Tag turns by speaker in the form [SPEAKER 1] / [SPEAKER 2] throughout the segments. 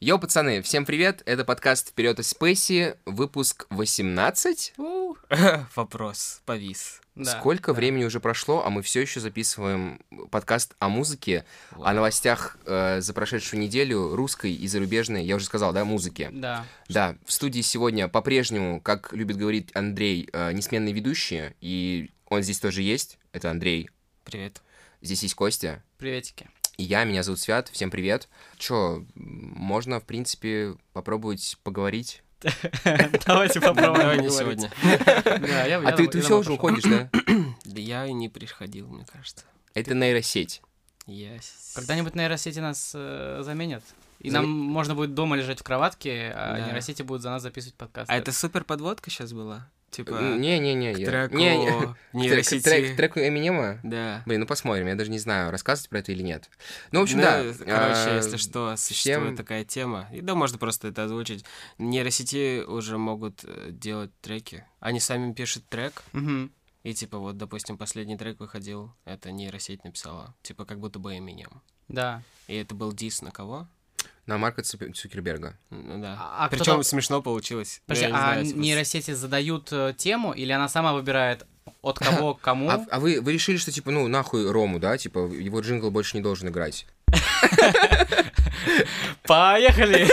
[SPEAKER 1] Йо, пацаны, всем привет! Это подкаст «Вперед из Спейси», выпуск 18.
[SPEAKER 2] Э, Вопрос повис.
[SPEAKER 3] Да.
[SPEAKER 1] Сколько времени уже прошло, а мы все еще записываем подкаст о музыке, о новостях э, за прошедшую неделю, русской и зарубежной, я уже сказал, да, музыке.
[SPEAKER 3] Да.
[SPEAKER 1] Да, в студии сегодня по-прежнему, как любит говорить Андрей, э, несменные ведущие, и он здесь тоже есть, это Андрей,
[SPEAKER 2] Привет.
[SPEAKER 1] здесь есть Костя,
[SPEAKER 3] Приветики.
[SPEAKER 1] и я, меня зовут Свят, всем привет. Чё, можно, в принципе, попробовать поговорить?
[SPEAKER 3] Давайте попробуем.
[SPEAKER 2] Давай не
[SPEAKER 3] поговорить.
[SPEAKER 2] сегодня.
[SPEAKER 3] Да, я-
[SPEAKER 1] А
[SPEAKER 3] я
[SPEAKER 1] ты,
[SPEAKER 3] дом-
[SPEAKER 1] ты
[SPEAKER 3] я
[SPEAKER 1] все
[SPEAKER 3] домой
[SPEAKER 1] уже
[SPEAKER 3] пошёл.
[SPEAKER 1] уходишь, да?
[SPEAKER 2] Да я и не приходил, мне кажется.
[SPEAKER 1] Это нейросеть.
[SPEAKER 2] Я... с-
[SPEAKER 3] Когда-нибудь нейросети нас э, заменят. И
[SPEAKER 1] Зам-
[SPEAKER 3] нам можно будет дома лежать в кроватке, а
[SPEAKER 2] Да.
[SPEAKER 3] нейросети будут за нас записывать подкаст.
[SPEAKER 2] А это супер подводка сейчас была? Типа...
[SPEAKER 1] Не-не-не.
[SPEAKER 2] к
[SPEAKER 1] я-
[SPEAKER 2] треку
[SPEAKER 1] не, не. К
[SPEAKER 2] нейросети.
[SPEAKER 1] трек- к треку Эминема?
[SPEAKER 2] Да.
[SPEAKER 1] Блин, ну посмотрим, я даже не знаю, рассказывать про это или нет. Ну, в общем,
[SPEAKER 2] Ну,
[SPEAKER 1] да.
[SPEAKER 2] Короче,
[SPEAKER 1] а,
[SPEAKER 2] если что, существует
[SPEAKER 1] всем-
[SPEAKER 2] такая тема. И да, можно просто это озвучить. Нейросети уже могут э, делать треки. Они сами пишут трек.
[SPEAKER 3] Мгм.
[SPEAKER 2] И типа вот, допустим, последний трек выходил, это нейросеть написала. Типа как будто бы именем.
[SPEAKER 3] Да.
[SPEAKER 2] И это был дис на кого?
[SPEAKER 1] На Марка Цу- Цукерберга.
[SPEAKER 2] Ну да.
[SPEAKER 3] А- а кто
[SPEAKER 2] Причем
[SPEAKER 3] там-
[SPEAKER 2] смешно получилось. Ну,
[SPEAKER 3] Подожди,
[SPEAKER 2] я не
[SPEAKER 3] а
[SPEAKER 2] знаю, типа, с-
[SPEAKER 3] нейросети задают э, тему, или она сама выбирает от кого к
[SPEAKER 2] Ну?
[SPEAKER 3] кому?
[SPEAKER 1] А, а вы, вы решили, что типа, ну, нахуй Рому, да? Типа, его джингл больше не должен играть.
[SPEAKER 3] Поехали!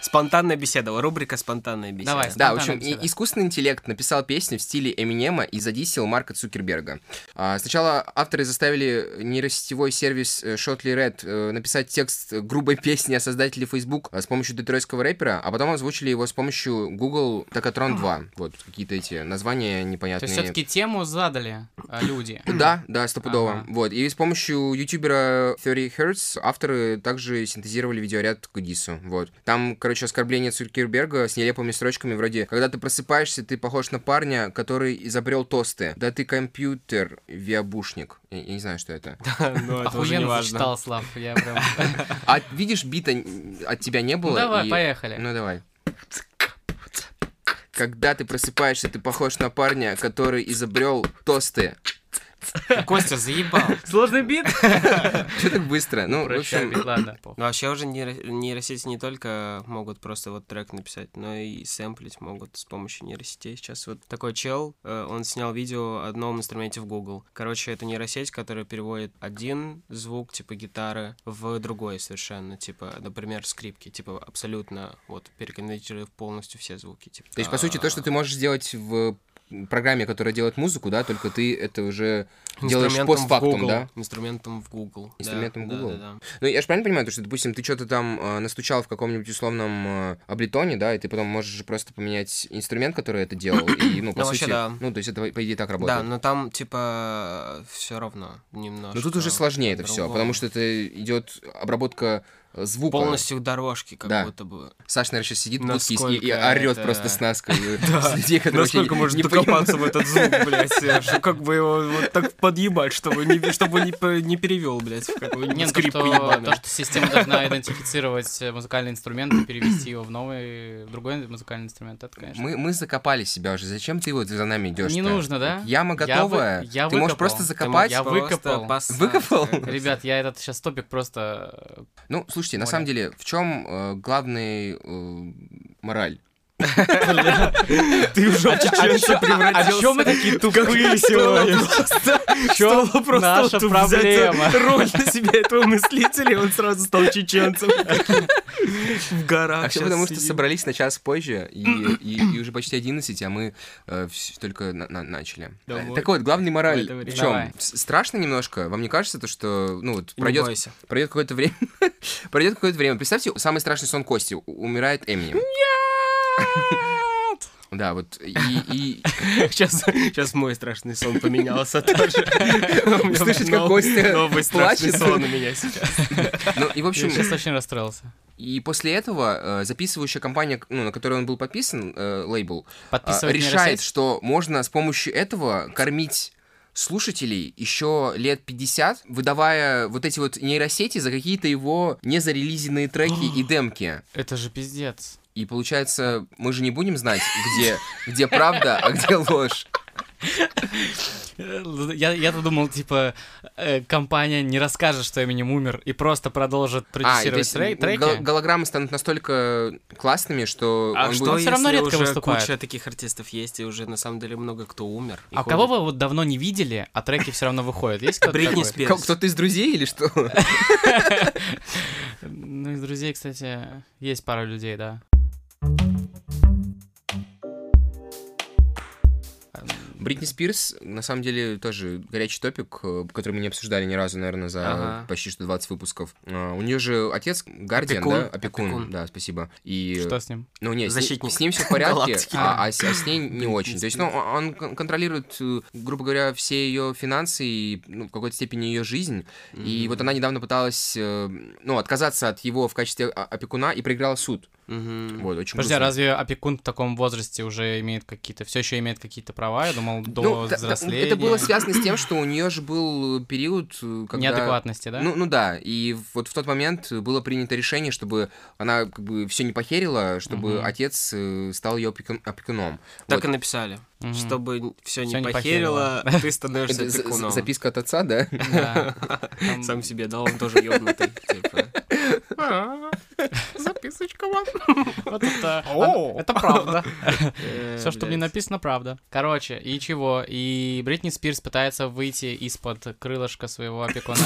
[SPEAKER 2] Спонтанная беседа. Рубрика «Спонтанная беседа».
[SPEAKER 3] Давай.
[SPEAKER 1] Да, в
[SPEAKER 3] Спонтанно
[SPEAKER 1] общем, и-
[SPEAKER 3] всегда.
[SPEAKER 1] искусственный интеллект написал песню в стиле Эминема и задисил Марка Цукерберга. А, сначала авторы заставили нейросетевой сервис э, Shotly Red э, написать текст э, грубой песни о создателе Facebook э, с помощью детройтского рэпера, а потом озвучили его с помощью Google Tacatron 2. Вот, какие-то эти названия
[SPEAKER 3] То
[SPEAKER 1] непонятные.
[SPEAKER 3] есть все-таки тему задали э, люди.
[SPEAKER 1] Да, да, стопудово.
[SPEAKER 3] Ага.
[SPEAKER 1] Вот. И с помощью ютубера 30 Hertz авторы также синтезировали видеоряд к Дису. Вот. Там, короче, оскорбление Цукерберга с нелепыми строчками вроде «Когда ты просыпаешься, ты похож на парня, который изобрел тосты. Да ты компьютер, виабушник». Я, я не знаю, что это.
[SPEAKER 2] Ну, это уже не
[SPEAKER 3] Охуенно
[SPEAKER 2] важно.
[SPEAKER 3] зачитал, Слав. Я прям...
[SPEAKER 1] А видишь, бита н- от тебя не было?
[SPEAKER 3] Ну давай,
[SPEAKER 1] и-
[SPEAKER 3] поехали.
[SPEAKER 1] Ну давай. Когда ты просыпаешься, ты похож на парня, который изобрел тосты.
[SPEAKER 2] Костя, заебал.
[SPEAKER 3] Сложный бит?
[SPEAKER 1] Че так быстро? Ну, в
[SPEAKER 3] Прощай,
[SPEAKER 1] общем,
[SPEAKER 3] бит, ладно. похуй.
[SPEAKER 2] Ну, вообще уже нейро- нейросети не только могут просто вот трек написать, но и сэмплить могут с помощью нейросетей. Сейчас вот такой чел, э, он снял видео о одном инструменте в Google. Короче, это нейросеть, которая переводит один звук, типа гитары, в другой совершенно, типа, например, скрипки, типа, абсолютно, вот, переконвертировав полностью все звуки. Типа,
[SPEAKER 1] То есть, по сути, то, что
[SPEAKER 2] а,
[SPEAKER 1] ты можешь сделать в программе, которая делает музыку, да, только ты это уже делаешь
[SPEAKER 2] а, инструментом в
[SPEAKER 1] постфактум,
[SPEAKER 2] Google,
[SPEAKER 1] да?
[SPEAKER 2] Инструментом в Google. да,
[SPEAKER 1] Инструментом
[SPEAKER 2] да,
[SPEAKER 1] Google.
[SPEAKER 2] да, да.
[SPEAKER 1] Ну, я же правильно понимаю, то, что, допустим, ты что-то там э, настучал в каком-нибудь условном э, облитоне, да, и ты потом можешь просто поменять инструмент, который это делал, и, ну, по
[SPEAKER 2] Ну, вообще,
[SPEAKER 1] сути,
[SPEAKER 2] да.
[SPEAKER 1] ну, то есть это, по идее, так
[SPEAKER 2] Да, ну,
[SPEAKER 1] работает.
[SPEAKER 2] но там, типа, все равно немножко.
[SPEAKER 1] Но тут уже сложнее это все,
[SPEAKER 2] по-другому.
[SPEAKER 1] потому что это идет обработка э, звука.
[SPEAKER 2] Полностью дорожки, как
[SPEAKER 1] Да.
[SPEAKER 2] будто бы.
[SPEAKER 1] Саш, наверное, сейчас сидит в будке и с- и,
[SPEAKER 2] Насколько
[SPEAKER 1] и орет
[SPEAKER 2] это-
[SPEAKER 1] просто с Наской. С людей, которые вообще
[SPEAKER 2] Насколько
[SPEAKER 1] не-
[SPEAKER 2] можно
[SPEAKER 1] не
[SPEAKER 2] докопаться
[SPEAKER 1] понимают.
[SPEAKER 2] в этот звук, блядь, что как бы его вот так подъебать, чтобы не, чтобы не, по- не перевел, блядь, в
[SPEAKER 3] Не,
[SPEAKER 2] какую-нибудь
[SPEAKER 3] ну, то,
[SPEAKER 2] скрипку
[SPEAKER 3] что,
[SPEAKER 2] ебаную.
[SPEAKER 3] то, что система должна идентифицировать э, музыкальный инструмент и перевести его в новый, в другой музыкальный инструмент, это, конечно.
[SPEAKER 1] Мы, мы закопали себя уже. Зачем ты вот за нами идешь?
[SPEAKER 3] Не нужно, да?
[SPEAKER 1] Яма
[SPEAKER 3] Я вы-
[SPEAKER 1] готовая.
[SPEAKER 3] я
[SPEAKER 1] ты можешь
[SPEAKER 3] выкопал.
[SPEAKER 1] просто
[SPEAKER 3] Ты
[SPEAKER 1] закопать.
[SPEAKER 3] Я
[SPEAKER 2] Просто
[SPEAKER 3] выкопал.
[SPEAKER 2] поссать,
[SPEAKER 1] Выкопал?
[SPEAKER 2] как бы.
[SPEAKER 3] Ребят, я этот сейчас топик просто...
[SPEAKER 1] Ну, слушайте, на
[SPEAKER 3] Понял.
[SPEAKER 1] самом деле, в чем э, главный э, мораль?
[SPEAKER 2] ты уже в чеченца превратился.
[SPEAKER 3] чё мы такие тупые
[SPEAKER 2] сегодня?
[SPEAKER 3] э, Чё наша
[SPEAKER 2] тут взять
[SPEAKER 3] проблема?
[SPEAKER 2] роль на себя этого мыслителя, и он сразу стал чеченцем. В горах.
[SPEAKER 1] А все
[SPEAKER 2] щас
[SPEAKER 1] потому, что
[SPEAKER 2] сидит.
[SPEAKER 1] собрались на час позже, и, и- и уже почти 11, а мы э, вс- только на- на- начали.
[SPEAKER 2] Домой.
[SPEAKER 1] Так вот, главный мораль
[SPEAKER 2] это время.
[SPEAKER 1] в
[SPEAKER 3] Давай.
[SPEAKER 1] чем? Страшно немножко? Вам не кажется, то, что ну, вот,
[SPEAKER 2] Не
[SPEAKER 1] пройдет
[SPEAKER 2] бойся.
[SPEAKER 1] Пройдет какое-то время. Пройдет какое-то время. Представьте, самый страшный сон Кости. У- Умирает Эминем. Да, вот. И, и-
[SPEAKER 2] Сейчас, сейчас мой страшный сон поменялся тоже. У меня
[SPEAKER 1] Слышать, как
[SPEAKER 2] нов-
[SPEAKER 1] Костя
[SPEAKER 2] Новый страшный
[SPEAKER 1] плачет.
[SPEAKER 2] сон у меня сейчас.
[SPEAKER 1] ну, и, в
[SPEAKER 3] Я
[SPEAKER 1] общем,
[SPEAKER 3] сейчас очень расстроился.
[SPEAKER 1] и после этого э, записывающая компания, ну, на которой он был подписан, э, лейбл, э,
[SPEAKER 3] Подписывать
[SPEAKER 1] решает, что можно с помощью этого кормить слушателей еще лет 50, выдавая вот эти вот нейросети за какие-то его незарелизенные треки и демки.
[SPEAKER 3] Это же пиздец.
[SPEAKER 1] И получается, мы же не будем знать, где, где правда, а где ложь.
[SPEAKER 3] Я, я-то думал, типа, э, компания не расскажет, что Эминем умер, и просто продолжит
[SPEAKER 1] А, и то
[SPEAKER 3] продюсировать
[SPEAKER 1] есть
[SPEAKER 3] трей- треки.
[SPEAKER 1] гол- голограммы станут настолько классными, что
[SPEAKER 2] А
[SPEAKER 1] он
[SPEAKER 2] что,
[SPEAKER 1] будет-
[SPEAKER 3] всё равно
[SPEAKER 2] если
[SPEAKER 3] редко
[SPEAKER 2] уже
[SPEAKER 3] выступает.
[SPEAKER 2] куча таких артистов есть, и уже на самом деле много кто умер? и
[SPEAKER 3] А
[SPEAKER 2] ходит?
[SPEAKER 3] кого вы вот давно не видели, а треки все равно выходят? Есть кто-то
[SPEAKER 2] Бритни
[SPEAKER 3] такой?
[SPEAKER 2] Спирс.
[SPEAKER 1] Ко- Кто-то из друзей или что?
[SPEAKER 3] Ну, из друзей, кстати, есть пара людей, да.
[SPEAKER 1] Бритни Спирс, на самом деле, тоже горячий топик, э, который мы не обсуждали ни разу, наверное, за
[SPEAKER 2] Ага.
[SPEAKER 1] почти что 20 выпусков. А, У нее же отец Гардиан,
[SPEAKER 2] Опекун.
[SPEAKER 1] да? Опекун.
[SPEAKER 2] Опекун.
[SPEAKER 1] Да, спасибо. И...
[SPEAKER 3] Что с ним?
[SPEAKER 1] Ну, нет, с ней-
[SPEAKER 2] Защитник
[SPEAKER 1] с ним все в порядке,
[SPEAKER 2] галактики.
[SPEAKER 1] а, а с, а с ней не
[SPEAKER 2] Бритни
[SPEAKER 1] очень. То есть, ну, он кон- контролирует, э, грубо говоря, все ее финансы и, ну, в какой-то степени ее жизнь. И
[SPEAKER 2] Мгм.
[SPEAKER 1] вот она недавно пыталась, э, ну, отказаться от его в качестве о- опекуна и проиграла суд.
[SPEAKER 2] Мгм.
[SPEAKER 1] Вот, очень
[SPEAKER 3] Подожди,
[SPEAKER 1] грустно.
[SPEAKER 3] а разве опекун в таком возрасте уже имеет какие-то, все еще имеет какие-то права? Я думал, до
[SPEAKER 1] Ну, та- та-
[SPEAKER 3] взросления.
[SPEAKER 1] это было связано с тем, что у нее же был период, э, когда...
[SPEAKER 3] Неадекватности, да?
[SPEAKER 1] Ну, ну да, и вот в тот момент было принято решение, чтобы она как бы все не похерила, чтобы
[SPEAKER 3] Мгм.
[SPEAKER 1] отец э, стал ее опекуном.
[SPEAKER 2] Так
[SPEAKER 1] Вот.
[SPEAKER 2] и написали.
[SPEAKER 3] Мгм.
[SPEAKER 2] Чтобы все не
[SPEAKER 3] Всё не
[SPEAKER 2] похерило, ты становишься
[SPEAKER 1] Это за- за-
[SPEAKER 2] опекуном.
[SPEAKER 1] записка от отца, да?
[SPEAKER 3] Да. Там-
[SPEAKER 2] Сам себе дал, он тоже ёбнутый. типа. А,
[SPEAKER 3] Записочка вам. Вот это... а, Это правда. Все, что мне
[SPEAKER 2] Э, Блядь.
[SPEAKER 3] написано, правда. Короче, и чего? И Бритни Спирс пытается выйти из-под крылышка своего опекуна.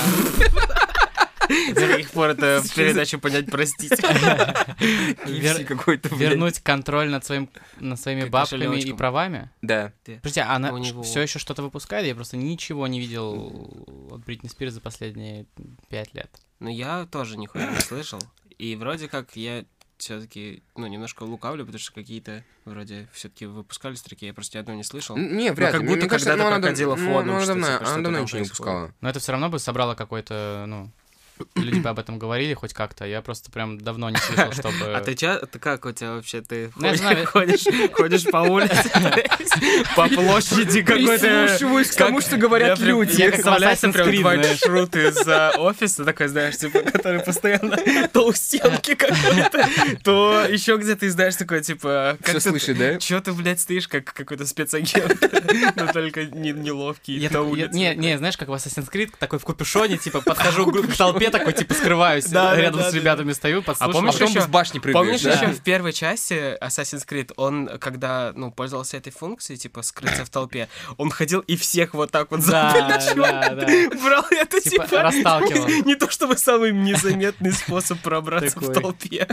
[SPEAKER 2] До каких пор это передача понять, простите.
[SPEAKER 3] Вер-
[SPEAKER 1] какой-то,
[SPEAKER 3] Вернуть контроль над своим над своими
[SPEAKER 2] Как
[SPEAKER 3] бабками и
[SPEAKER 2] кошелёчком.
[SPEAKER 3] правами.
[SPEAKER 1] Да.
[SPEAKER 3] Подожди, а она
[SPEAKER 2] У него.
[SPEAKER 3] все еще что-то выпускает? Я просто ничего не видел от Бритни Спирс за последние пять лет.
[SPEAKER 2] Ну, я тоже нихуя не слышал. И вроде как я все-таки, ну, немножко лукавлю, потому что какие-то вроде все-таки выпускали строки, я просто ни одну не слышал.
[SPEAKER 1] Н- Не, вряд
[SPEAKER 2] Ну, как
[SPEAKER 1] ли.
[SPEAKER 2] будто
[SPEAKER 1] Мне кажется,
[SPEAKER 2] когда-то
[SPEAKER 1] ну, она дав-
[SPEAKER 2] проходило
[SPEAKER 1] ну,
[SPEAKER 2] фоном,
[SPEAKER 1] ну, она
[SPEAKER 2] что,
[SPEAKER 1] давно-
[SPEAKER 2] типа,
[SPEAKER 1] она
[SPEAKER 2] что-то
[SPEAKER 1] давно
[SPEAKER 2] там
[SPEAKER 1] ничего не
[SPEAKER 2] происходит.
[SPEAKER 1] выпускала.
[SPEAKER 3] Но это все равно бы собрало какой-то, ну, люди бы об этом говорили хоть как-то. Я просто прям давно не слышал, чтобы...
[SPEAKER 2] А ты чё, ты как у тебя вообще, ты
[SPEAKER 3] Ну, я
[SPEAKER 2] ходишь,
[SPEAKER 3] знаю.
[SPEAKER 2] ходишь, ходишь по улице, по площади какой-то...
[SPEAKER 1] Прислушиваюсь к
[SPEAKER 2] как-
[SPEAKER 1] тому, что говорят
[SPEAKER 2] Я прям-
[SPEAKER 1] люди.
[SPEAKER 2] Мне
[SPEAKER 3] как в
[SPEAKER 2] представляется
[SPEAKER 3] Assassin's
[SPEAKER 2] прям
[SPEAKER 3] Creed,
[SPEAKER 2] два
[SPEAKER 3] знаешь.
[SPEAKER 2] маршрута из офиса, такой, знаешь, типа, который постоянно то у стенки какой-то, то еще где-то, и знаешь, такой, типа...
[SPEAKER 1] Все слышит, да?
[SPEAKER 2] Че ты, блядь, стоишь, как какой-то спецагент, но только не- неловкий,
[SPEAKER 3] Я
[SPEAKER 2] на
[SPEAKER 3] такой- я-
[SPEAKER 2] улице.
[SPEAKER 3] не, не, знаешь, как в Assassin's Creed, такой в капюшоне, типа, подхожу к к толпе, такой, типа, скрываюсь,
[SPEAKER 2] Да, да,
[SPEAKER 3] рядом
[SPEAKER 2] да,
[SPEAKER 3] с
[SPEAKER 2] да,
[SPEAKER 3] ребятами стою,
[SPEAKER 1] А
[SPEAKER 3] подслушиваю.
[SPEAKER 2] помнишь
[SPEAKER 1] потом
[SPEAKER 2] ещё-
[SPEAKER 1] с башни прыгаешь,
[SPEAKER 2] Помнишь
[SPEAKER 1] да?
[SPEAKER 2] еще в первой части Assassin's Creed, он, когда, ну, пользовался этой функцией, типа, скрыться в толпе, он ходил и всех вот так вот за
[SPEAKER 3] Да,
[SPEAKER 2] плечо
[SPEAKER 3] да, да.
[SPEAKER 2] брал, и это
[SPEAKER 3] Типа,
[SPEAKER 2] типа...
[SPEAKER 3] расталкивал.
[SPEAKER 2] Не то чтобы самый незаметный способ пробраться в
[SPEAKER 3] Такой.
[SPEAKER 2] толпе.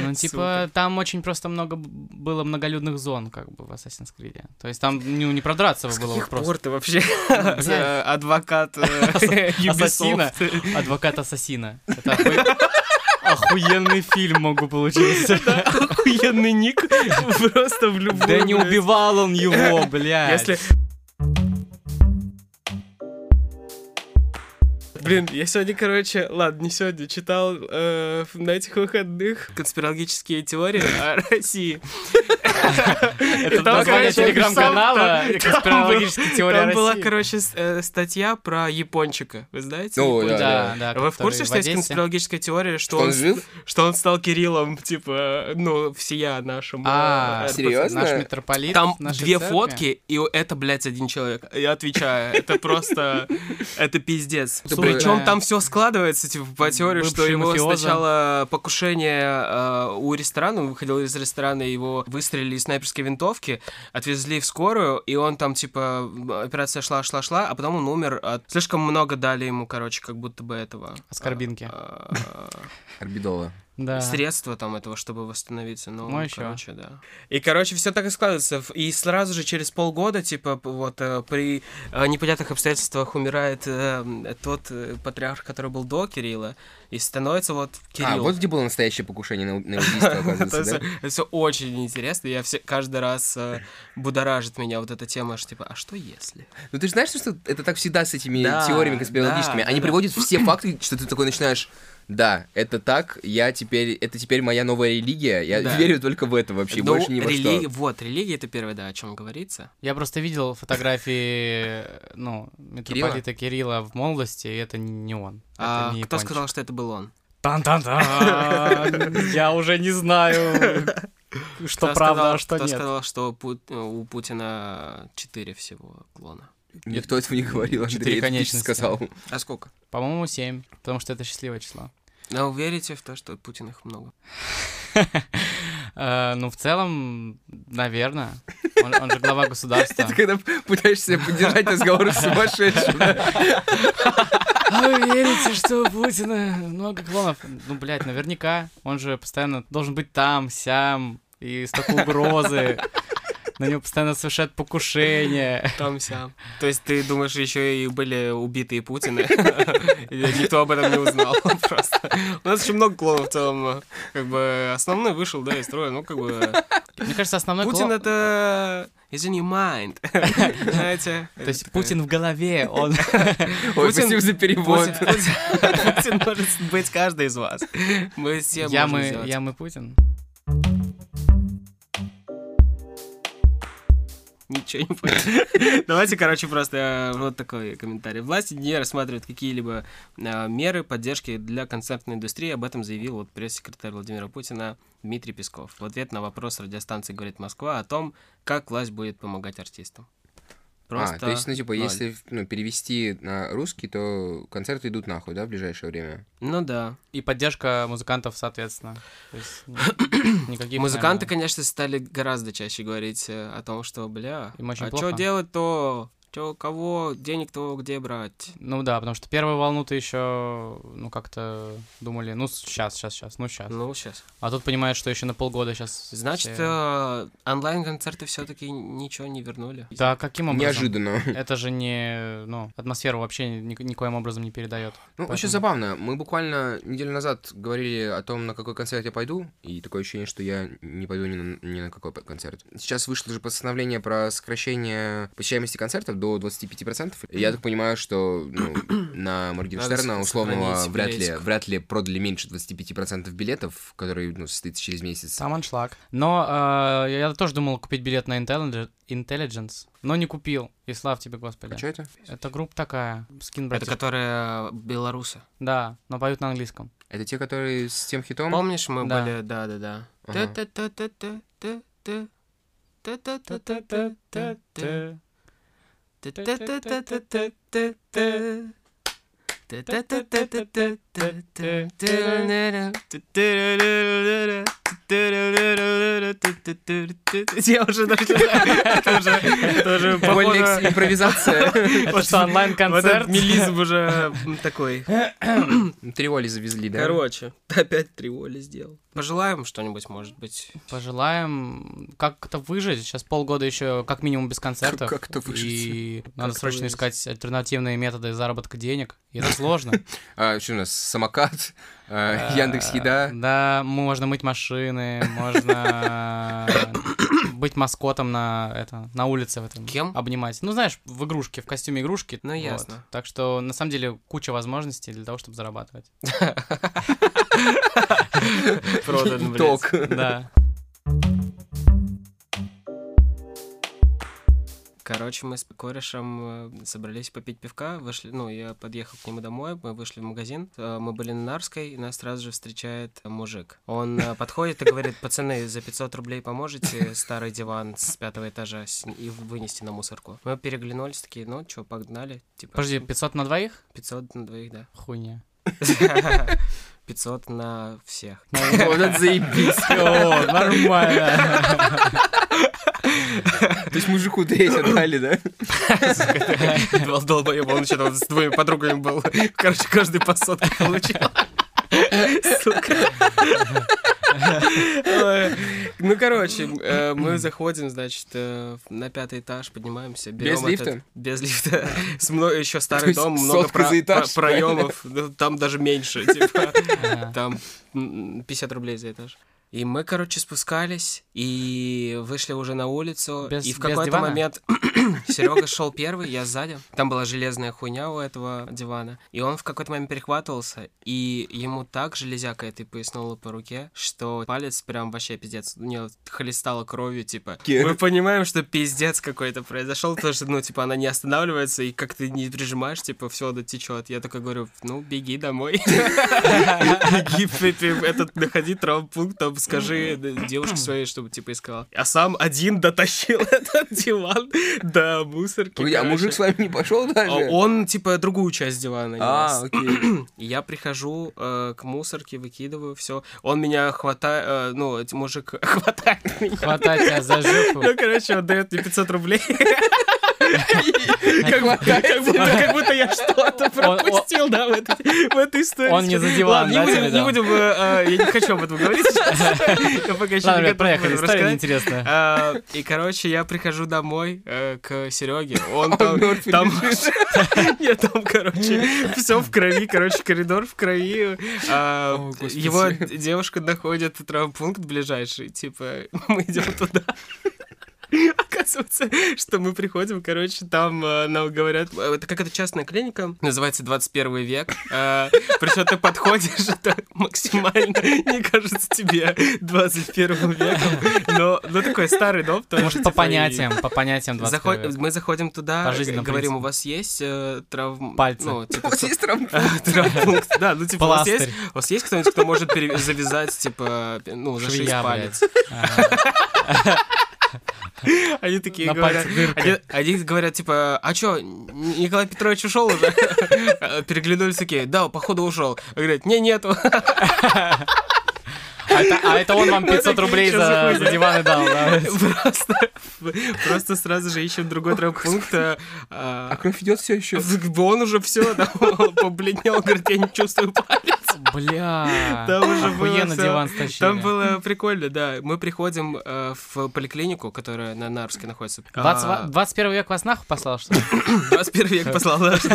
[SPEAKER 3] Ну, типа, там очень просто много б- было многолюдных зон, как бы, в Assassin's Creed. То есть там, ну, не продраться
[SPEAKER 2] С
[SPEAKER 3] было
[SPEAKER 2] каких
[SPEAKER 3] просто.
[SPEAKER 2] пор ты вообще э, адвокат э,
[SPEAKER 3] Ассасина.
[SPEAKER 2] Ubisoft?
[SPEAKER 3] Адвокат Ассасина. Это оху- охуенный фильм мог бы получился.
[SPEAKER 2] Да, Охуенный ник просто в любую...
[SPEAKER 3] Да не
[SPEAKER 2] блядь.
[SPEAKER 3] убивал он его, блядь.
[SPEAKER 2] Если... Блин, я сегодня, короче, ладно, не сегодня, читал э, в- на этих выходных конспирологические теории о России.
[SPEAKER 3] Это
[SPEAKER 2] там,
[SPEAKER 3] название
[SPEAKER 2] короче,
[SPEAKER 3] телеграм-канала
[SPEAKER 2] там-
[SPEAKER 3] «Конспирологическая теория
[SPEAKER 2] Там
[SPEAKER 3] России».
[SPEAKER 2] была, короче, с- э, статья про япончика, вы знаете?
[SPEAKER 1] Ну,
[SPEAKER 2] япончика?
[SPEAKER 1] да,
[SPEAKER 3] Да, да.
[SPEAKER 2] А Вы в курсе,
[SPEAKER 3] который
[SPEAKER 2] что есть
[SPEAKER 3] Одессе?
[SPEAKER 2] конспирологическая теория, что
[SPEAKER 1] Что он
[SPEAKER 2] он,
[SPEAKER 1] жив?
[SPEAKER 2] что он стал Кириллом, типа, ну, всея нашему?
[SPEAKER 3] А,
[SPEAKER 2] э,
[SPEAKER 1] серьёзно?
[SPEAKER 3] Наш митрополит.
[SPEAKER 2] Там
[SPEAKER 3] нашей
[SPEAKER 2] две
[SPEAKER 3] церкви.
[SPEAKER 2] фотки, и это, блядь, один человек. Я отвечаю, это просто... Это пиздец.
[SPEAKER 1] Абсурдная.
[SPEAKER 2] Причем там все складывается, типа, по теории, что
[SPEAKER 3] Бывший
[SPEAKER 2] его
[SPEAKER 3] мафиоза.
[SPEAKER 2] сначала покушение э, у ресторана, он выходил из ресторана, его выстрелили из снайперской винтовки, отвезли в скорую, и он там, типа, операция шла-шла-шла, а потом он умер от... Слишком много дали ему, короче, как будто бы этого...
[SPEAKER 3] Аскорбинки.
[SPEAKER 2] э, э,
[SPEAKER 1] Орбидола.
[SPEAKER 3] Да.
[SPEAKER 2] средства там этого, чтобы восстановиться. Ну,
[SPEAKER 3] Ну, ещё.
[SPEAKER 2] короче, да. И, короче, все так и складывается. В- И сразу же через полгода, типа, п- вот э, при э, непонятных обстоятельствах умирает э, м, тот э, патриарх, который был до Кирилла, и становится вот Кирилл.
[SPEAKER 1] А, вот где было настоящее покушение на на убийство, оказывается, да?
[SPEAKER 2] Это все очень интересно. Я все каждый раз э, будоражит меня вот эта тема, что типа, а что если?
[SPEAKER 1] Ну ты же знаешь, что это так всегда с этими
[SPEAKER 2] Да,
[SPEAKER 1] теориями конспирологическими.
[SPEAKER 2] да,
[SPEAKER 1] Они
[SPEAKER 2] да,
[SPEAKER 1] приводят все факты, что ты такой начинаешь. да, это так, я теперь, это теперь моя новая религия, я
[SPEAKER 2] Да.
[SPEAKER 1] верю только в это вообще,
[SPEAKER 2] Ну,
[SPEAKER 1] больше ни во
[SPEAKER 2] рели-
[SPEAKER 1] что.
[SPEAKER 2] Вот, религия это первое, да, о чем говорится.
[SPEAKER 3] Я просто видел фотографии, ну, митрополита Кирилла в молодости, и это не он.
[SPEAKER 2] А
[SPEAKER 3] это не
[SPEAKER 2] кто
[SPEAKER 3] япончик.
[SPEAKER 2] сказал, что это был он?
[SPEAKER 3] Тан-тан-тан! А, Я уже не знаю, что
[SPEAKER 2] Кто
[SPEAKER 3] правда,
[SPEAKER 2] сказал-
[SPEAKER 3] а что
[SPEAKER 2] кто
[SPEAKER 3] нет.
[SPEAKER 2] сказал, что Пу- э, у Путина четыре всего клона?
[SPEAKER 1] Никто этого не говорил, Андрей,
[SPEAKER 3] Четыре
[SPEAKER 1] это ты сейчас
[SPEAKER 3] конечности.
[SPEAKER 1] сказал.
[SPEAKER 2] А сколько?
[SPEAKER 3] По-моему, 7, потому что это счастливое число.
[SPEAKER 2] А вы верите в то, что Путин их много?
[SPEAKER 3] Э, Ну, в целом, наверное. Он он же глава государства.
[SPEAKER 1] Это когда пытаешься поддержать разговор с сумасшедшим. да?
[SPEAKER 3] А вы верите, что у Путина много клонов? Ну, блядь, наверняка. Он же постоянно должен быть там, сям, и столько угрозы. На него постоянно совершают покушения.
[SPEAKER 2] Там сям. То есть ты думаешь, еще и были убитые Путины? И Никто об этом не узнал просто. У нас очень много клонов в целом. Как бы основной вышел, да, из строя. Ну, как бы...
[SPEAKER 3] Мне кажется, основной
[SPEAKER 2] Путин
[SPEAKER 3] клон-
[SPEAKER 2] это... Is in your mind. Знаете?
[SPEAKER 3] То есть Путин в голове, он...
[SPEAKER 1] Ой,
[SPEAKER 2] Путин-
[SPEAKER 1] спасибо за перевод.
[SPEAKER 2] Путин, Путин может быть каждый из вас. Мы все
[SPEAKER 3] Я
[SPEAKER 2] можем
[SPEAKER 3] мы,
[SPEAKER 2] сделать.
[SPEAKER 3] я мы Путин.
[SPEAKER 2] Ничего не понял. Давайте, короче, просто э, вот такой комментарий. Власти не рассматривают какие-либо э, меры поддержки для концертной индустрии. Об этом заявил вот пресс-секретарь Владимира Путина Дмитрий Песков. В ответ на вопрос радиостанции «Говорит Москва» о том, как власть будет помогать артистам.
[SPEAKER 1] А, то есть, ну, типа,
[SPEAKER 2] ноль.
[SPEAKER 1] если ну, перевести на русский, то концерты идут нахуй, да, в ближайшее время?
[SPEAKER 2] Ну да.
[SPEAKER 3] И поддержка музыкантов, соответственно. То есть, ну, никаких,
[SPEAKER 2] Музыканты,
[SPEAKER 3] наверное,
[SPEAKER 2] конечно, стали гораздо чаще говорить э, о том, что, бля,
[SPEAKER 3] Им очень
[SPEAKER 2] а что
[SPEAKER 3] плохо.
[SPEAKER 2] делать-то? Чё, кого, денег-то где брать?
[SPEAKER 3] Ну да, потому что первую волну-то еще, ну как-то думали, ну сейчас, сейчас, сейчас, ну сейчас.
[SPEAKER 2] Ну, сейчас.
[SPEAKER 3] А тут понимаешь, что еще на полгода сейчас.
[SPEAKER 2] Значит, э, онлайн-концерты все-таки ничего не вернули.
[SPEAKER 3] Да, каким образом?
[SPEAKER 1] Неожиданно.
[SPEAKER 3] Это же не, ну, атмосферу вообще ни- никоим образом не передает.
[SPEAKER 1] Ну, очень
[SPEAKER 3] Поэтому-
[SPEAKER 1] забавно. Мы буквально неделю назад говорили о том, на какой концерт я пойду, и такое ощущение, что я не пойду ни на, ни на какой п- концерт. Сейчас вышло же постановление про сокращение посещаемости концертов до 25%. И я так понимаю, что ну, на Моргенштерна
[SPEAKER 2] Надо с-
[SPEAKER 1] условного
[SPEAKER 2] сохранить
[SPEAKER 1] вряд ли,
[SPEAKER 2] билетик.
[SPEAKER 1] вряд ли продали меньше 25% билетов, которые ну, состоится через месяц.
[SPEAKER 3] Сам аншлаг. Но э, я тоже думал купить билет на Intelli- Intelligence, но не купил. И слав тебе, Господи.
[SPEAKER 1] А что это?
[SPEAKER 3] Это группа такая, скин
[SPEAKER 2] Это
[SPEAKER 3] братьев.
[SPEAKER 2] которые э, белорусы.
[SPEAKER 3] Да, но поют на английском.
[SPEAKER 1] Это те, которые с тем хитом?
[SPEAKER 2] Помнишь, мы
[SPEAKER 3] Да.
[SPEAKER 2] были... Да-да-да.
[SPEAKER 1] Ага.
[SPEAKER 2] Та-та-та-та-та-та. Та-та-та-та-та-та.
[SPEAKER 3] Ты
[SPEAKER 2] Та-та-та-та-та-та-та. Я уже даже не знаю. Это уже- это уже
[SPEAKER 1] Вольная
[SPEAKER 2] похоже-
[SPEAKER 1] экс- импровизация.
[SPEAKER 2] Вот
[SPEAKER 3] что, онлайн-концерт?
[SPEAKER 2] Вот этот мелизм уже м, такой.
[SPEAKER 1] Три Оли завезли, да?
[SPEAKER 2] Короче, опять триоли сделал. Пожелаем что-нибудь, может быть.
[SPEAKER 3] Пожелаем как-то выжить. Сейчас полгода еще как минимум без концертов.
[SPEAKER 1] Как- как-то выжить.
[SPEAKER 3] И надо
[SPEAKER 2] Как-то
[SPEAKER 3] срочно
[SPEAKER 2] выжить.
[SPEAKER 3] искать альтернативные методы заработка денег. И это сложно.
[SPEAKER 1] А, что у нас? Самокат, а,
[SPEAKER 2] А,
[SPEAKER 1] Яндекс
[SPEAKER 3] Э,
[SPEAKER 1] Еда.
[SPEAKER 3] Да, можно мыть машины, можно быть маскотом на это на улице в этом.
[SPEAKER 2] Кем?
[SPEAKER 3] Обнимать. Ну, знаешь, в игрушке, в костюме игрушки.
[SPEAKER 2] Ну,
[SPEAKER 3] Вот.
[SPEAKER 2] ясно.
[SPEAKER 3] Так что, на самом деле, куча возможностей для того, чтобы зарабатывать.
[SPEAKER 2] Продан, блядь.
[SPEAKER 1] Итог.
[SPEAKER 3] Да.
[SPEAKER 2] Короче, мы с корешем э, собрались попить пивка, вышли, ну, я подъехал к нему домой, мы вышли в магазин, э, мы были на Нарской, и нас сразу же встречает мужик. Он э, подходит и говорит, пацаны, за 500 рублей поможете старый диван с пятого этажа сня- и вынести на мусорку? Мы переглянулись, такие, ну, чё, погнали, типа...
[SPEAKER 3] Подожди, 500 на двоих?
[SPEAKER 2] 500 на двоих, да.
[SPEAKER 3] Хуйня.
[SPEAKER 2] 500 на всех.
[SPEAKER 1] Вот это заебись.
[SPEAKER 3] О, нормально.
[SPEAKER 1] То есть мужику треть отдали, да?
[SPEAKER 2] Два долбоеба, он еще там с двумя подругами был. Короче, каждый по сотке получил. Сука. Ой. Ну, короче, э, мы заходим, значит, э, на пятый этаж, поднимаемся. берем
[SPEAKER 1] Без
[SPEAKER 2] этот-
[SPEAKER 1] лифта?
[SPEAKER 2] Без лифта. С мно- еще
[SPEAKER 1] То
[SPEAKER 2] старый
[SPEAKER 1] есть
[SPEAKER 2] дом, много
[SPEAKER 1] сотка за этаж,
[SPEAKER 2] проемов. Ну, Там даже меньше, типа. Там м, 50 рублей за этаж. И мы, короче, спускались и вышли уже на улицу.
[SPEAKER 3] Без-
[SPEAKER 2] и в
[SPEAKER 3] без
[SPEAKER 2] какой-то
[SPEAKER 3] дивана?
[SPEAKER 2] момент Серега шел первый, я сзади. Там была железная хуйня у этого дивана. И он в какой-то момент перехватывался, и ему так железяка этой пояснула по руке, что палец прям вообще пиздец. У нее хлестало кровью, типа.
[SPEAKER 1] Ки-
[SPEAKER 2] Мы понимаем, что пиздец какой-то произошел, потому что, ну, типа, она не останавливается, и как ты не прижимаешь, типа, все дотечет. Я только говорю, ну, беги домой. Беги, ты- ты этот, находи травмпункт, там, скажи э, девушке своей, чтобы, типа, искала. А сам один дотащил этот диван до мусорки.
[SPEAKER 1] Погоди, а
[SPEAKER 2] короче.
[SPEAKER 1] мужик с вами не пошел
[SPEAKER 2] А
[SPEAKER 1] даже?
[SPEAKER 2] Он, типа, другую часть дивана нес.
[SPEAKER 1] А, окей.
[SPEAKER 2] И Я прихожу э, к мусорке, выкидываю все. Он меня хватает, э, ну, этот мужик хватает меня.
[SPEAKER 3] Хватать тебя за жопу.
[SPEAKER 2] Ну, короче, он дает мне 500 рублей. Как бы- Как будто как будто я что-то
[SPEAKER 3] Он- он-
[SPEAKER 2] пропустил, да, в этой- в этой истории.
[SPEAKER 3] Он не за диван,
[SPEAKER 2] Ладно,
[SPEAKER 3] да, тебе
[SPEAKER 2] не будем- Не
[SPEAKER 3] дал?
[SPEAKER 2] будем, э, э, я не хочу об этом говорить сейчас. Я пока еще
[SPEAKER 3] Ладно, ребят,
[SPEAKER 2] не готов об
[SPEAKER 3] проехали, история
[SPEAKER 2] этом рассказать.
[SPEAKER 3] неинтересная.
[SPEAKER 2] А, И, короче, я прихожу домой э, к Сереге. Он
[SPEAKER 1] Он
[SPEAKER 2] там...
[SPEAKER 1] мёртвый
[SPEAKER 2] там-
[SPEAKER 1] лежит.
[SPEAKER 2] Нет, там, короче, все в крови, короче, коридор в крови. А,
[SPEAKER 1] О, господи.
[SPEAKER 2] Его д- девушка находит травмпункт ближайший, типа, мы идем туда. Оказывается, что мы приходим, короче, там э, нам говорят, э, это как это частная клиника, называется 21 век, причем ты подходишь, это максимально, мне кажется, тебе 21 веком, но, ну, такой старый дом. потому что,
[SPEAKER 3] Может, по
[SPEAKER 2] типа, и-
[SPEAKER 3] понятиям, по понятиям 21
[SPEAKER 2] Заход- Мы заходим туда,
[SPEAKER 3] Пожизненно, в
[SPEAKER 2] говорим,
[SPEAKER 3] принципе.
[SPEAKER 2] у вас есть э, травм...
[SPEAKER 3] Пальцы.
[SPEAKER 2] Ну, типа,
[SPEAKER 1] У вас есть травмпункт?
[SPEAKER 2] Травмпункт, да, ну типа у вас
[SPEAKER 3] Пластырь.
[SPEAKER 2] есть, у вас есть кто-нибудь, кто может пере- завязать, типа, ну,
[SPEAKER 3] Швея,
[SPEAKER 2] зашить
[SPEAKER 3] блядь.
[SPEAKER 2] палец?
[SPEAKER 3] Ага.
[SPEAKER 2] Они такие
[SPEAKER 3] На
[SPEAKER 2] говорят...
[SPEAKER 3] пальце дырка.
[SPEAKER 2] Они, они говорят, типа, а чё, Н- Николай Петрович ушел уже? Переглянулись такие, да, походу ушел. Говорят, не, нет.
[SPEAKER 3] А это- А это он вам 500
[SPEAKER 2] такие,
[SPEAKER 3] рублей
[SPEAKER 2] чё за
[SPEAKER 3] за
[SPEAKER 2] хуйня?
[SPEAKER 3] за диваны дал, да?
[SPEAKER 2] Просто, просто сразу же ищем другой травмпункт. а,
[SPEAKER 1] А
[SPEAKER 2] а,
[SPEAKER 1] кровь идет все еще.
[SPEAKER 2] Он уже все, да, он побледнел, говорит, я не чувствую палец.
[SPEAKER 3] Бля,
[SPEAKER 2] Там уже было
[SPEAKER 3] охуенно
[SPEAKER 2] всё.
[SPEAKER 3] диван стащили.
[SPEAKER 2] Там было прикольно, да. Мы приходим э, в поликлинику, которая на Нарвске находится.
[SPEAKER 3] 20
[SPEAKER 2] А,
[SPEAKER 3] ва- 21 век вас нахуй послал, что ли?
[SPEAKER 2] 21 век послал наш.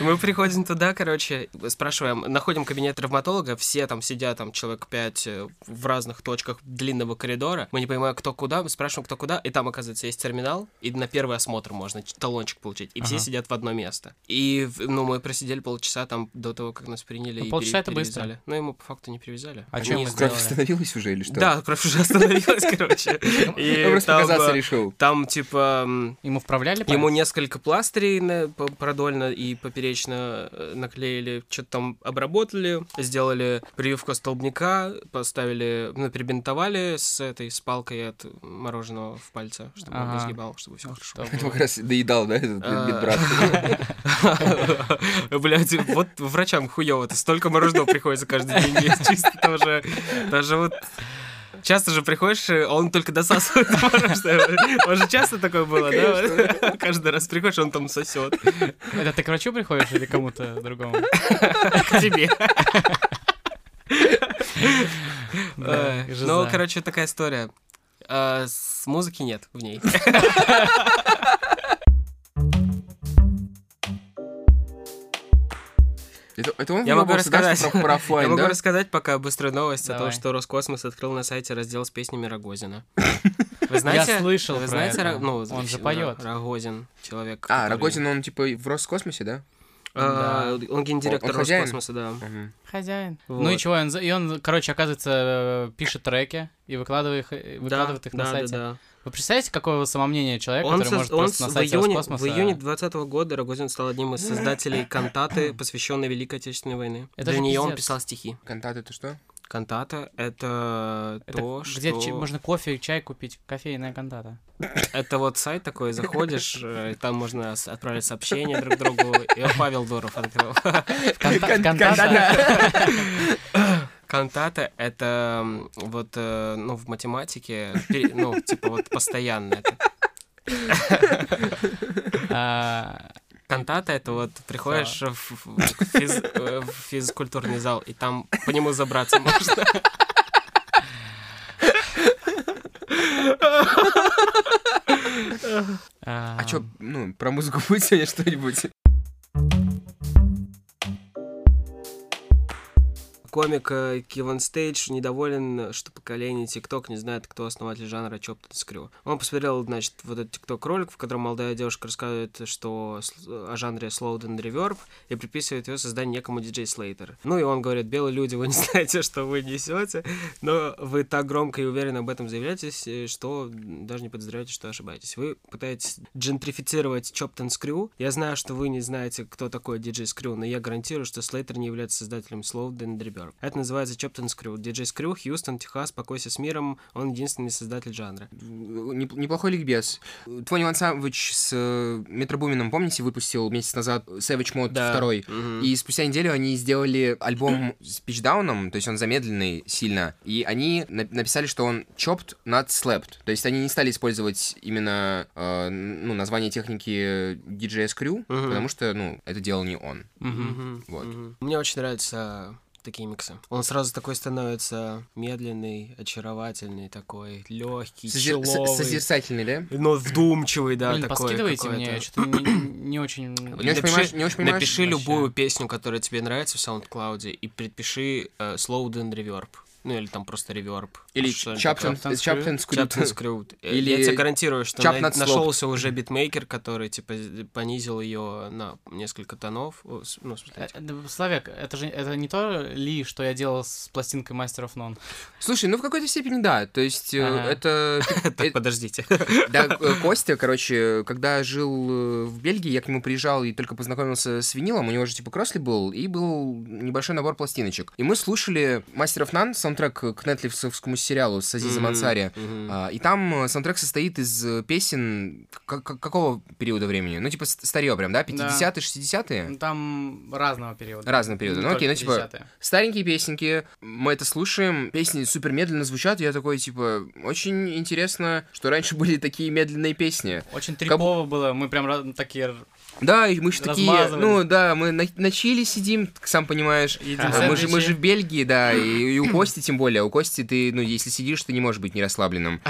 [SPEAKER 2] Мы приходим туда, короче, спрашиваем, находим кабинет травматолога, все там сидят, там человек 5 в разных точках длинного коридора. Мы не понимаем, кто куда, мы спрашиваем, кто куда, и там, оказывается, есть терминал, и на первый осмотр можно ч- талончик получить. И все
[SPEAKER 3] Ага.
[SPEAKER 2] сидят в одно место. И, в- ну, мы просидели полчаса там до того, как нас приняли
[SPEAKER 3] Ну,
[SPEAKER 2] и
[SPEAKER 3] полчаса
[SPEAKER 2] пере-
[SPEAKER 3] это быстро.
[SPEAKER 2] перевязали. Ну, ему по факту не привязали.
[SPEAKER 3] А
[SPEAKER 2] Они
[SPEAKER 3] чё мы
[SPEAKER 2] сделали-
[SPEAKER 1] Кровь
[SPEAKER 3] сделали.
[SPEAKER 1] остановилась уже или что?
[SPEAKER 2] да, кровь уже остановилась, короче.
[SPEAKER 1] Я
[SPEAKER 2] И
[SPEAKER 1] просто
[SPEAKER 2] там,
[SPEAKER 1] показаться
[SPEAKER 2] э,
[SPEAKER 1] решил.
[SPEAKER 2] там, типа, м,
[SPEAKER 3] Ему вправляли палец?
[SPEAKER 2] ему несколько пластырей на- по- продольно и поперечно э, наклеили, что-то там обработали, сделали прививку столбняка, поставили, ну, перебинтовали с этой, с палкой от мороженого в пальце, чтобы он не
[SPEAKER 3] Ага.
[SPEAKER 2] сгибал, чтобы все хорошо.
[SPEAKER 3] Что
[SPEAKER 1] Поэтому
[SPEAKER 3] было?
[SPEAKER 1] как раз доедал, да, этот
[SPEAKER 2] А.
[SPEAKER 1] медбрат?
[SPEAKER 2] Блять, вот врачам хуево-то. Столько мороженого приходится каждый день есть. Чисто тоже. Даже вот... Часто же приходишь, э, он только досасывает мороженое. Он же часто такое было, да? Каждый раз приходишь, он там сосет.
[SPEAKER 3] Это ты к врачу приходишь или кому-то другому?
[SPEAKER 2] К тебе.
[SPEAKER 3] Да,
[SPEAKER 2] Э,
[SPEAKER 3] жиза.
[SPEAKER 2] Ну, короче, такая история. А, С музыки нет в ней.
[SPEAKER 1] Это это он
[SPEAKER 2] Я могу
[SPEAKER 1] врубался, да,
[SPEAKER 2] рассказать.
[SPEAKER 1] что про- про
[SPEAKER 2] Я
[SPEAKER 1] оффлайн,
[SPEAKER 2] могу
[SPEAKER 1] да?
[SPEAKER 2] рассказать пока быструю новость о том,
[SPEAKER 3] Давай.
[SPEAKER 2] что Роскосмос открыл на сайте раздел с песнями Рогозина. Вы
[SPEAKER 3] Я слышал
[SPEAKER 2] Вы
[SPEAKER 3] про
[SPEAKER 2] знаете,
[SPEAKER 3] это.
[SPEAKER 2] Ро- ну,
[SPEAKER 3] Он же
[SPEAKER 2] Ро-
[SPEAKER 3] поет.
[SPEAKER 2] Рогозин, человек.
[SPEAKER 1] А,
[SPEAKER 2] который-
[SPEAKER 1] Рогозин, он типа в Роскосмосе, да?
[SPEAKER 2] А, Он гендиректор
[SPEAKER 1] Он- он хозяин?
[SPEAKER 2] Роскосмоса, да.
[SPEAKER 1] Мгм.
[SPEAKER 3] Хозяин.
[SPEAKER 2] Вот.
[SPEAKER 3] Ну и чего, он за- и он, короче, оказывается, э, пишет треки и выкладывает их, э, выкладывает
[SPEAKER 2] Да,
[SPEAKER 3] их на
[SPEAKER 2] да,
[SPEAKER 3] сайте.
[SPEAKER 2] да, да.
[SPEAKER 3] Вы представляете, какое самомнение человека,
[SPEAKER 2] Он,
[SPEAKER 3] который
[SPEAKER 2] со-
[SPEAKER 3] может
[SPEAKER 2] он
[SPEAKER 3] просто
[SPEAKER 2] с-
[SPEAKER 3] на
[SPEAKER 2] в
[SPEAKER 3] сайте
[SPEAKER 2] июне,
[SPEAKER 3] Роскосмоса...
[SPEAKER 2] в июне 20 года Рогозин стал одним из создателей кантаты, посвященной Великой Отечественной войны.
[SPEAKER 3] Это
[SPEAKER 2] Для
[SPEAKER 3] же
[SPEAKER 2] нее он
[SPEAKER 3] пиздец.
[SPEAKER 2] писал стихи.
[SPEAKER 1] Кантат это что?
[SPEAKER 2] Кантата — это,
[SPEAKER 3] Это
[SPEAKER 2] то,
[SPEAKER 3] где
[SPEAKER 2] что...
[SPEAKER 3] ч- можно кофе и чай купить, кофейная кантата.
[SPEAKER 2] Это вот сайт такой, заходишь, э, и там можно с- отправить сообщение друг другу. И вот Павел Дуров открыл.
[SPEAKER 3] Канта- Кантата.
[SPEAKER 1] Кантата.
[SPEAKER 2] Кантата — это м, вот, э, ну, в математике, пере- ну, типа вот постоянно. это.
[SPEAKER 3] А,
[SPEAKER 2] Кантата — это вот приходишь в, в- в физ- э, в физкультурный зал, и там по нему забраться можно.
[SPEAKER 1] А что, ну, про музыку будет сегодня что-нибудь?
[SPEAKER 2] комик э, Киван Стейдж недоволен, что поколение ТикТок не знает, кто основатель жанра Чоптон Скрю. Он посмотрел, значит, вот этот ТикТок-ролик, в котором молодая девушка рассказывает, что с- о жанре Slowden Reverb и приписывает ее созданию некому диджей Слейтер. Ну и он говорит, белые люди, вы не знаете, что вы несете, но вы так громко и уверенно об этом заявляетесь, э, что даже не подозреваете, что ошибаетесь. Вы пытаетесь джентрифицировать Чоптон Скрю. Я знаю, что вы не знаете, кто такой диджей Скрю, но я гарантирую, что Слейтер не является создателем слов Дэн Дреберг. Это называется Чоптон Скрю. Диджей Скрю, Хьюстон, Техас, покойся с миром, он единственный создатель жанра.
[SPEAKER 1] Э, Неп- Неплохой ликбез. Э, Твони Ван Савич с э, Метро Бумином, помните, выпустил месяц назад Savage Mode 2.
[SPEAKER 2] Мгм.
[SPEAKER 1] И спустя неделю они сделали альбом с пичдауном, то есть он замедленный сильно, и они на- написали, что он chopped, not slapped. То есть они не стали использовать именно э, ну, название техники DJ Screw,
[SPEAKER 2] Мгм.
[SPEAKER 1] потому что, ну, это делал не он.
[SPEAKER 3] Мгм.
[SPEAKER 2] Мгм,
[SPEAKER 1] Вот.
[SPEAKER 2] мгм. Мне очень нравятся такие миксы. Он сразу такой становится медленный, очаровательный такой, легкий,
[SPEAKER 1] Созер- с-
[SPEAKER 2] человый,
[SPEAKER 1] Созерцательный, да?
[SPEAKER 2] но вдумчивый, да,
[SPEAKER 3] Блин,
[SPEAKER 2] такой
[SPEAKER 3] подкидывайте
[SPEAKER 2] какой-то.
[SPEAKER 3] мне, что-то не, не очень...
[SPEAKER 1] А Не очень
[SPEAKER 2] Напиши-
[SPEAKER 1] понимаешь, не очень понимаешь.
[SPEAKER 2] Напиши
[SPEAKER 3] Вообще.
[SPEAKER 2] любую песню, которая тебе нравится в SoundCloud, и предпиши э, Slow Down Reverb. Ну, или там просто Reverb.
[SPEAKER 1] Или
[SPEAKER 2] Что-нибудь
[SPEAKER 1] Chapton
[SPEAKER 3] такое?
[SPEAKER 1] Chapton
[SPEAKER 2] такое. Chapton
[SPEAKER 1] Screw.
[SPEAKER 2] Screwed. Э,
[SPEAKER 1] Или
[SPEAKER 2] Я тебе гарантирую, что
[SPEAKER 1] Chapman
[SPEAKER 2] на-
[SPEAKER 1] Slope.
[SPEAKER 2] нашелся уже битмейкер, который, типа, з- понизил ее на несколько тонов. О, с- Ну, в смысле,
[SPEAKER 3] Э, да, Славяк, это же это не то ли, что я делал с пластинкой Master of None?
[SPEAKER 1] Слушай, ну в какой-то степени да. То есть э,
[SPEAKER 3] Ага.
[SPEAKER 1] это
[SPEAKER 2] Так, подождите.
[SPEAKER 1] Да, э, Костя, короче, когда жил э, в Бельгии, я к нему приезжал и только познакомился с винилом, у него же типа Кросли был, и был небольшой набор пластиночек. И мы слушали «Мастеров Нан», саундтрек к нетфликсовскому сериалу с Азизом
[SPEAKER 2] Мгм,
[SPEAKER 1] Ансари.
[SPEAKER 2] мгм.
[SPEAKER 1] А, И там э, саундтрек состоит из э, песен к- к- какого периода времени? Ну, типа ст- старье прям, да? 50-е, 60-е?
[SPEAKER 3] Ну, Там разного периода.
[SPEAKER 1] Разного периода.
[SPEAKER 3] Не
[SPEAKER 1] Ну, окей,
[SPEAKER 3] только
[SPEAKER 1] ну, типа,
[SPEAKER 3] 50-е.
[SPEAKER 1] Старенькие песенки, мы это слушаем, песни супер медленно звучат, и я такой, типа, очень интересно, что раньше были такие медленные песни.
[SPEAKER 3] Очень трипово было, мы прям раз- такие р-
[SPEAKER 1] Да, и мы же такие,
[SPEAKER 3] Размазывались.
[SPEAKER 1] ну да, мы на, на чили сидим, ты сам понимаешь.
[SPEAKER 3] едим
[SPEAKER 1] А, Мы же, мы
[SPEAKER 3] сэндвичи.
[SPEAKER 1] же в Бельгии, да, и, и у Кости тем более. У Кости ты, ну, если сидишь, ты не можешь быть не расслабленным.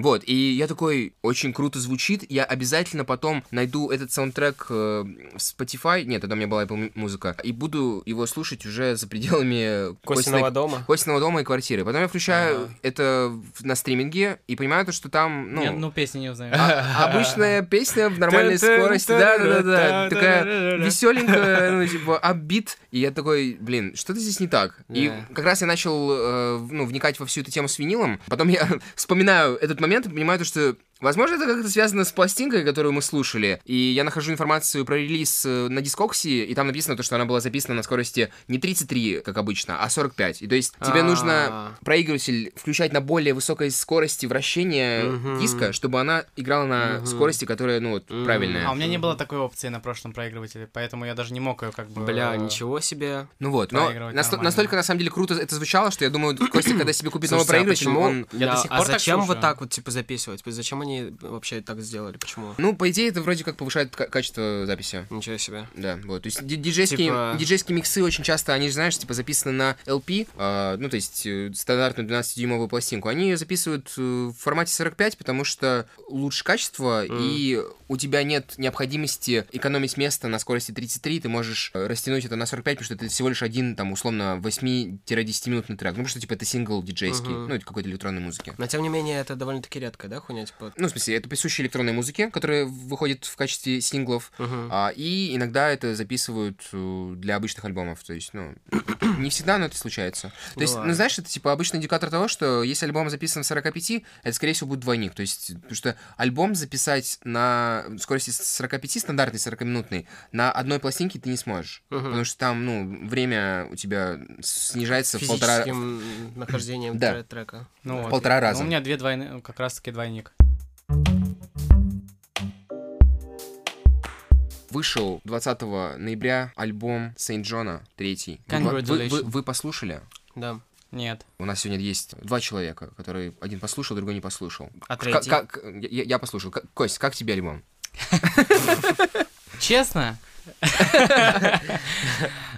[SPEAKER 1] Вот, и я такой, очень круто звучит, я обязательно потом найду этот саундтрек э, в Spotify, нет, тогда у меня была Apple Mu- музыка, и буду его слушать уже за пределами
[SPEAKER 2] Костиного дома.
[SPEAKER 1] Костиного дома и квартиры. Потом я включаю
[SPEAKER 2] Ага.
[SPEAKER 1] это в- на стриминге и понимаю то, что там, ну...
[SPEAKER 3] Нет, ну песни не узнаем.
[SPEAKER 1] А- Обычная песня в нормальной
[SPEAKER 2] Тын-тын,
[SPEAKER 1] скорости, да-да-да,
[SPEAKER 2] тын-тын,
[SPEAKER 1] такая
[SPEAKER 2] тын-тын-тын.
[SPEAKER 1] веселенькая, ну, типа, апбит, и я такой, блин, что-то здесь не так. И
[SPEAKER 2] Да.
[SPEAKER 1] как раз я начал, э, в- ну, вникать во всю эту тему с винилом, потом я вспоминаю этот момент и понимаю то, что Возможно, это как-то связано с пластинкой, которую мы слушали. И я нахожу информацию про релиз э, на Дискокси, и там написано то, что она была записана на скорости не 33, как обычно, а 45. И то есть тебе нужно
[SPEAKER 2] А.
[SPEAKER 1] проигрыватель включать на более высокой скорости вращения
[SPEAKER 2] Мгм.
[SPEAKER 1] диска, чтобы она играла на
[SPEAKER 2] Мгм.
[SPEAKER 1] скорости, которая, ну, вот,
[SPEAKER 2] Мгм.
[SPEAKER 1] правильная.
[SPEAKER 3] А у меня не было такой опции на прошлом проигрывателе, поэтому я даже не мог ее как бы...
[SPEAKER 2] Бля,
[SPEAKER 3] э,
[SPEAKER 2] ничего себе.
[SPEAKER 1] Ну вот, но
[SPEAKER 3] Проигрывать
[SPEAKER 1] насто-
[SPEAKER 3] нормально.
[SPEAKER 1] настолько, на самом деле, круто это звучало, что я думаю, Костя, когда себе купит новый
[SPEAKER 2] Слушайте, а
[SPEAKER 1] проигрыватель,
[SPEAKER 2] почему-
[SPEAKER 1] он...
[SPEAKER 3] Я
[SPEAKER 2] Да,
[SPEAKER 3] до сих
[SPEAKER 2] а
[SPEAKER 3] пор так
[SPEAKER 2] зачем вы
[SPEAKER 3] слушаю.
[SPEAKER 2] так вот, типа, записывать? Зачем они вообще так сделали? Почему?
[SPEAKER 1] Ну, по идее, это вроде как повышает ка- качество записи.
[SPEAKER 2] Ничего себе.
[SPEAKER 1] Да, вот. То есть ди- диджейские,
[SPEAKER 2] Типа-
[SPEAKER 1] диджейские миксы очень часто, они же, знаешь, типа записаны на LP, э, ну, то есть э, стандартную 12-дюймовую пластинку. Они ее записывают э, в формате 45, потому что лучше качество,
[SPEAKER 2] Мгм.
[SPEAKER 1] и у тебя нет необходимости экономить место на скорости 33, ты можешь э, растянуть это на 45, потому что это всего лишь один, там, условно, 8-10-минутный трек. Ну, потому что, типа, это сингл диджейский,
[SPEAKER 2] Мгм.
[SPEAKER 1] ну, это какой-то электронной музыки.
[SPEAKER 2] Но, тем не менее, это довольно-таки редкая, да, хуйня? Типа...
[SPEAKER 1] Ну, в смысле, это присуще электронной музыке, которая выходит в качестве синглов,
[SPEAKER 2] Мгм.
[SPEAKER 1] а, и иногда это записывают э, для обычных альбомов. То есть, ну, не всегда, но это случается. То
[SPEAKER 2] Ну
[SPEAKER 1] есть, ну,
[SPEAKER 2] ладно.
[SPEAKER 1] знаешь, это типа обычный индикатор того, что если альбом записан в 45, это, скорее всего, будет двойник. То есть, потому что альбом записать на скорости 45, стандартный 40-минутный, на одной пластинке ты не сможешь.
[SPEAKER 2] Мгм.
[SPEAKER 1] Потому что там, ну, время у тебя снижается в полтора...
[SPEAKER 2] Физическим нахождением
[SPEAKER 1] Да.
[SPEAKER 2] тре- трека.
[SPEAKER 3] Ну вот.
[SPEAKER 1] полтора раза.
[SPEAKER 3] Ну, у меня две двойные, как раз таки двойник.
[SPEAKER 1] Вышел 20 ноября альбом Сейнт Джона, третий. Вы, вы- вы-
[SPEAKER 3] Congratulations.
[SPEAKER 1] вы послушали?
[SPEAKER 2] Да.
[SPEAKER 3] Нет.
[SPEAKER 1] У нас сегодня есть два человека, которые один послушал, другой не послушал.
[SPEAKER 2] А
[SPEAKER 1] К-
[SPEAKER 2] третий?
[SPEAKER 1] Как, я, я послушал. К- Кость, как тебе альбом?
[SPEAKER 3] Честно?